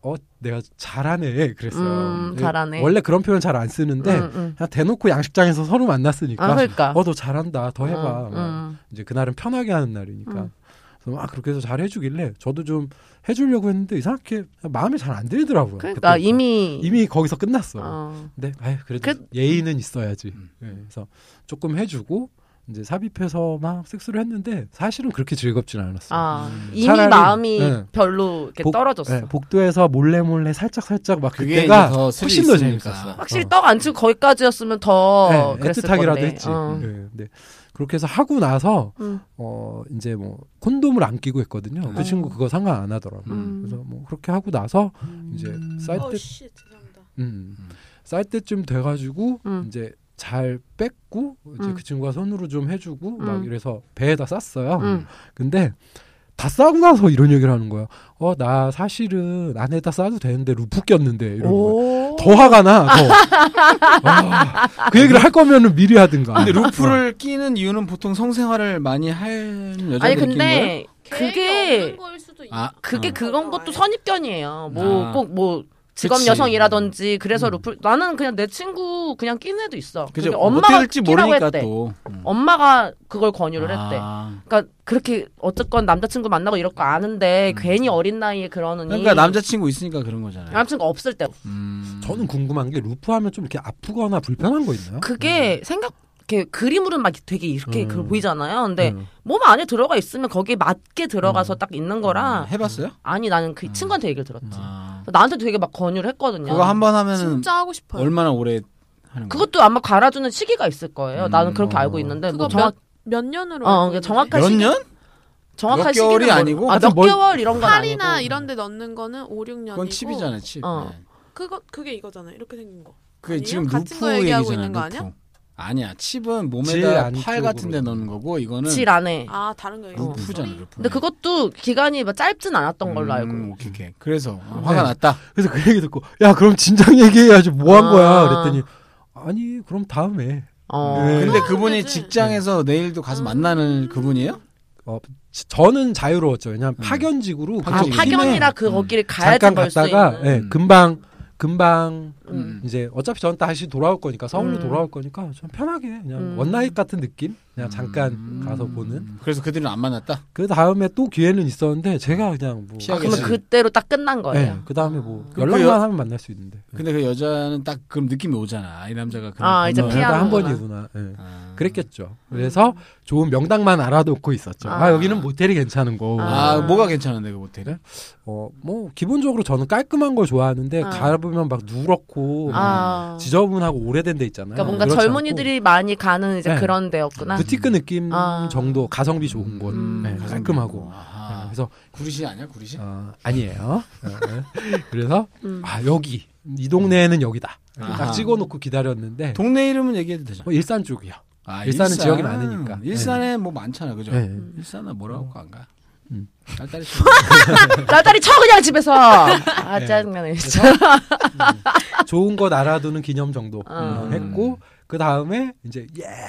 C: 어 내가 잘하네 그랬어요.
B: 음,
C: 예,
B: 잘하네.
C: 원래 그런 표현 잘 안 쓰는데
B: 음, 음.
C: 그냥 대놓고 양식장에서 서로
B: 아,
C: 만났으니까
B: 그러니까.
C: 어 너 잘한다 더 해봐. 뭐.
B: 음,
C: 막
B: 음.
C: 이제 그날은 편하게 하는 날이니까.
B: 음.
C: 그래서 아 그렇게 해서 잘 해주길래 저도 좀 해주려고 했는데 이상하게 마음에 잘 안 들더라고요.
B: 그러니까
C: 뭐 그때부터.
B: 이미.
C: 이미 거기서 끝났어.
B: 어.
C: 네, 아유, 그래도
B: 그-
C: 예의는 있어야지.
A: 음.
C: 예, 그래서 조금 해주고 이제 삽입해서 막 섹스를 했는데 사실은 그렇게 즐겁진 않았어요.
B: 아,
A: 음.
B: 이미
C: 차라리-
B: 마음이
C: 네.
B: 별로 이렇게
C: 복-
B: 떨어졌어.
C: 예, 복도에서 몰래 몰래 살짝 살짝 막
A: 그게
C: 그때가
A: 이제 더 스릴이
C: 훨씬 더
A: 있으니까.
C: 재밌었어.
B: 확실히
C: 어.
B: 떡 안 치고 거기까지였으면 더
C: 예,
B: 어, 그랬을
C: 애틋하게라도
B: 건데.
C: 했지.
B: 어.
C: 예, 근데 그렇게 해서 하고 나서
B: 음. 아.
C: 어 이제 뭐 콘돔을 안 끼고 했거든요. 그
A: 음.
C: 친구 그거 상관 안 하더라고. 요
B: 음.
C: 그래서 뭐 그렇게 하고 나서 이제 쌀 때,
D: 어씨 죄송합니다.
C: 음,
A: 음.
C: 쌀 때쯤 돼가지고
B: 음.
C: 이제 잘 뺐고 이제
B: 음.
C: 그 친구가 손으로 좀 해주고
B: 음.
C: 막 이래서 배에다 쌌어요.
B: 음.
C: 근데 다 싸고 나서 이런 얘기를 하는 거야. 어, 나 사실은 안에다 싸도 되는데 루프 꼈는데 이런 거.
B: 오.
C: 더 화가 나. 더. 아, 그 얘기를 할 거면은 미리 하든가. 어.
A: 근데 루프를 끼는 이유는 보통 성생활을 많이 할 여자들이
B: 아니
A: 끼는 거예요?
B: 근데
D: 계획이
B: 그게
D: 없는 거일 수도 있.
A: 아,
B: 그게
A: 어.
B: 그런 것도 선입견이에요. 뭐 꼭
A: 아.
B: 뭐 직업
A: 그치.
B: 여성이라든지 그래서
C: 음.
B: 루플 나는 그냥 내 친구 그냥 낀 애도 있어.
A: 그죠.
B: 근데
A: 뭐 어떻게
B: 엄마가
A: 될지
B: 끼라고
A: 모르니까
B: 했대.
A: 또. 음.
B: 엄마가 그걸 권유를 했대.
A: 아.
B: 그러니까 그렇게 어쨌건 남자친구 만나고 이럴 거 아는데
A: 음.
B: 괜히 어린 나이에 그러느니
A: 그러니까 남자친구 있으니까 그런 거잖아요.
B: 남자친구 없을 때
A: 음.
C: 저는 궁금한 게 루프 하면 좀 이렇게 아프거나 불편한 거 있나요?
A: 음.
B: 그게 생각 이렇게 그림으로는 막 되게 이렇게
C: 음.
B: 그 보이잖아요. 근데
C: 음.
B: 몸 안에 들어가 있으면 거기에 맞게 들어가서 딱 있는
A: 아,
B: 거라
A: 해봤어요?
B: 아니 나는 그
A: 음.
B: 친구한테 얘기를 들었지.
A: 아.
B: 나한테도 되게 막 권유를 했거든요.
A: 그거 한 번 하면은
D: 진짜 하고 싶어요.
A: 얼마나 오래 하는 거예요?
B: 그것도 아마 갈아주는 시기가 있을 거예요.
A: 음,
B: 나는 그렇게
C: 어.
B: 알고 있는데
D: 그거
B: 뭐 정확
D: 몇 년으로?
B: 어,
D: 알고
B: 그러니까
D: 있는지?
B: 정확한
A: 몇
B: 시기-
A: 년?
B: 정확한
A: 몇 개월이
B: 시기는
A: 아니고?
B: 모르- 아,
C: 하여튼
B: 몇
C: 뭘-
B: 개월 이런 건 아니고
D: 팔이나 이런 데 넣는 거는 5, 6년이고
A: 그건 칩이잖아요, 칩.
B: 어.
A: 네.
D: 그거 그게 이거잖아. 이렇게 생긴 거.
A: 그게
D: 아니에요?
A: 지금
D: 같은 거
A: 루프
D: 얘기하고
A: 얘기잖아요.
D: 있는 거
A: 루프.
D: 아니야?
A: 아니야. 칩은
C: 질
A: 몸에다
C: 안쪽으로.
A: 팔 같은 데 넣는 거고 이거는
B: 질 안에.
D: 아 다른 거
A: 음,
D: 얘기하는 거.
A: 루프잖아, 루프.
B: 근데 그것도 기간이 막 짧진 않았던 걸로 알고.
A: 음, 오케이, 오케이. 그래서 어, 화가 났다.
C: 그래서 그 얘기 듣고 야 그럼 진작 얘기해야지 뭐 한
B: 아.
C: 거야 그랬더니 아니 그럼 다음에
B: 어.
C: 네.
A: 근데
D: 아,
A: 그분이
D: 그지.
A: 직장에서 내일도 가서 만나는 그분이에요?
C: 지- 저는 자유로웠죠 왜냐하면
A: 음.
C: 파견직으로
B: 아,
A: 그쪽이네.
B: 파견이라 그
A: 음.
B: 거기를 가야지
C: 잠깐
B: 벌수
C: 갔다가
B: 있는.
C: 예,
A: 음.
C: 금방 금방
A: 예.
B: 음.
C: 이제 어차피 전 다시 돌아올 거니까 서울로
B: 음.
C: 돌아올 거니까 좀 편하게 그냥
B: 음.
C: 원나잇 같은 느낌 그냥 잠깐
A: 음.
C: 가서 보는
A: 그래서 그들은 네. 안 만났다.
C: 그 다음에 또 기회는 있었는데 제가 그냥 뭐
B: 아,
A: 피하게
B: 그러면
A: 피하겠지.
B: 그때로 딱 끝난 거예요.
C: 그 다음에 뭐
A: 그
C: 연락만
A: 여-
C: 하면 만날 수 있는데
A: 근데 그 여자는 딱 그럼 느낌이 오잖아. 이 남자가 그런
B: 아, 이제
A: 건너야
B: 피하는
C: 한
B: 피하는구나.
C: 번이구나 예.
A: 아.
C: 그랬겠죠 그래서 좋은 명당만 알아놓고 있었죠
B: 아.
C: 아, 여기는 모텔이 괜찮은 거
A: 아,
B: 아.
A: 뭐가 괜찮은데 그 모텔이?
C: 어, 뭐 기본적으로 저는 깔끔한 걸 좋아하는데
B: 아.
C: 가보면 막 누렇고
B: 아.
C: 지저분하고 오래된 데 있잖아요.
B: 그러니까 뭔가
C: 그렇지 않고
B: 젊은이들이 많이 가는 이제
C: 네.
B: 그런 데였구나.
C: 부티크 느낌
B: 아.
C: 정도 가성비 좋은 곳,
B: 음.
C: 네,
A: 가성비
C: 깔끔하고.
A: 있고.
C: 네,
A: 아하.
C: 그래서
A: 구리시 아니야 구리시?
C: 어, 아니에요. 네. 그래서
B: 음.
C: 아 여기 이 동네에는 여기다 이렇게
A: 아하. 뭐
C: 딱 찍어놓고 기다렸는데
A: 동네 이름은 얘기해도 되잖아.
C: 어, 일산 쪽이요.
A: 아,
C: 일산은 지역이 많으니까.
A: 네. 일산에 뭐 음, 많잖아, 그죠?
C: 네.
A: 일산은 뭐라고 안 가. 딸딸이
B: 딸딸이 쳐 그냥 집에서. 아 짜증나네. 진짜.
C: 좋은 것 알아두는 기념 정도
B: 아.
C: 음, 했고 그 다음에 이제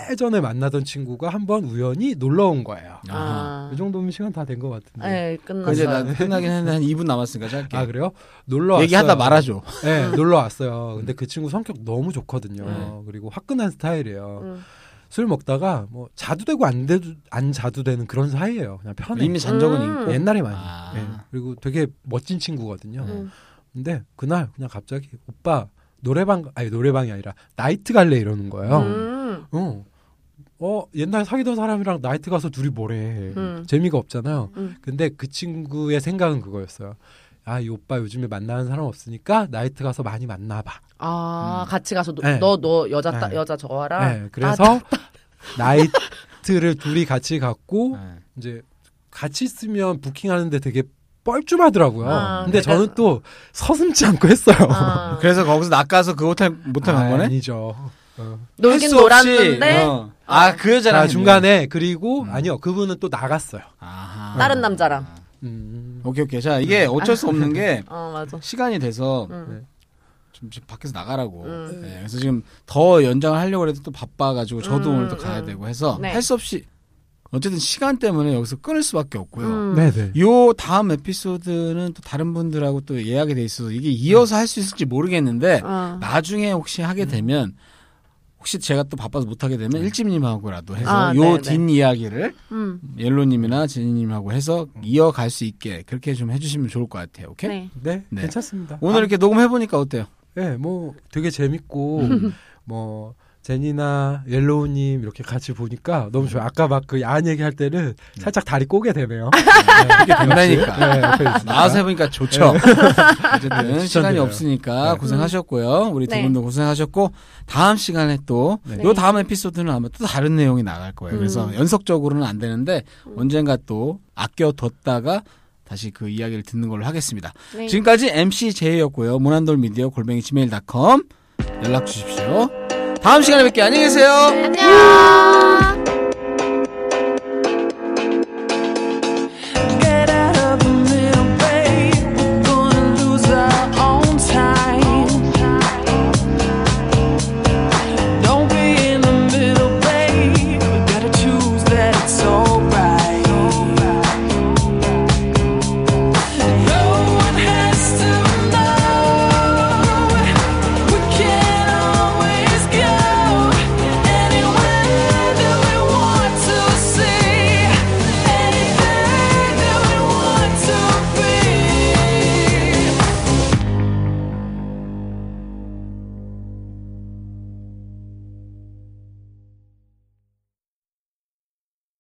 C: 예전에 만나던 친구가 한번 우연히 놀러 온 거예요.
B: 아.
C: 이그 정도면 시간 다 된 것 같은데.
B: 네, 끝났어.
A: 아. 이제 나 끝나긴 했는데 한 2분 남았으니까 짧게.
C: 아 그래요? 놀러 왔어요.
A: 얘기하다 말아줘.
C: 네, 놀러 왔어요. 근데 그 친구 성격 너무 좋거든요.
B: 네.
C: 그리고 화끈한 스타일이에요.
B: 음.
C: 술 먹다가 뭐 자두되고 안, 돼도, 안 자두되는 그런 사이예요. 그냥 편해.
A: 이미 잔 적은
B: 음.
A: 있고.
C: 옛날에 많이.
A: 아.
C: 네. 그리고 되게 멋진 친구거든요.
B: 음.
C: 근데 그날 그냥 갑자기 오빠 노래방 아니 노래방이 아니라 나이트 갈래 이러는 거예요.
B: 음.
C: 어. 어, 옛날 사귀던 사람이랑 나이트 가서 둘이 뭐래.
B: 음.
C: 재미가 없잖아요.
B: 음.
C: 근데 그 친구의 생각은 그거였어요. 아, 이 오빠 요즘에 만나는 사람 없으니까 나이트 가서 많이 만나봐.
B: 아 같이 가서
C: 네.
B: 너너 너 여자 따,
C: 네.
B: 여자 저와라.
C: 네,
B: 아,
C: 그래서 나이트를 둘이 같이 갔고
A: 네.
C: 이제 같이 있으면 부킹하는데 되게 뻘쭘하더라고요.
B: 아,
C: 근데
B: 그래서-
C: 저는 또 서슴지 않고 했어요.
B: 아,
A: 그래서 거기서 낚아서 그 호텔 모텔 간 거네.
C: 니죠 어.
B: 놀긴
A: 할수 없이,
B: 놀았는데
A: 어. 아그 여자랑
C: 자,
A: 했네.
C: 중간에 그리고
A: 음.
C: 아니요 그분은 또 나갔어요.
A: 아하. 네.
B: 다른 남자랑.
C: 음.
A: 오케이 오케이. 자 이게 어쩔 수 없는 게
B: 어 맞아.
A: 시간이 돼서
B: 음.
A: 좀 지금 밖에서 나가라고.
B: 음.
A: 네, 그래서 지금 더 연장을 하려고 해도 또 바빠가지고 저도
B: 음,
A: 오늘 또 가야
B: 음.
A: 되고 해서
B: 네.
A: 할 수 없이 어쨌든 시간 때문에 여기서 끊을 수밖에 없고요.
B: 음.
C: 네네.
A: 요 다음 에피소드는 또 다른 분들하고 또 예약이 돼 있어서 이게 이어서 할 수 있을지 모르겠는데
B: 어.
A: 나중에 혹시 하게 되면 혹시 제가 또 바빠서 못 하게 되면 일집님하고라도 해서
B: 아,
A: 요
B: 네, 네.
A: 뒷 이야기를
B: 음.
A: 옐로님이나 제니님하고 해서 이어갈 수 있게 그렇게 좀 해주시면 좋을 것 같아요. 오케이?
B: 네.
C: 네,
A: 네.
C: 괜찮습니다.
A: 오늘 이렇게 녹음해 보니까 어때요?
C: 예, 뭐 되게 재밌고
A: 음.
C: 뭐 제니나 옐로우님 이렇게 같이 보니까 너무 좋아요. 아까 막 그 야한 얘기할 때는
A: 네.
C: 살짝 다리 꼬게 아, 되네요.
A: 된다니까.
C: 네, 옆에 있으니까.
A: 나와서 해보니까 좋죠. 어쨌든 시간이
C: 추천드려요.
A: 없으니까
C: 네.
A: 고생하셨고요. 우리 두
B: 네.
A: 분도 고생하셨고 다음 시간에 또
C: 네.
A: 요 다음 에피소드는 아마 또 다른 내용이 나갈 거예요. 그래서
B: 음.
A: 연속적으로는 안 되는데 언젠가 또 아껴뒀다가 다시 그 이야기를 듣는 걸로 하겠습니다.
B: 네.
A: 지금까지 MC 제이였고요. 모난돌 미디어 골뱅이 지메일.com 연락 주십시오. 다음 시간에 뵐게요. 안녕히 계세요.
D: 안녕.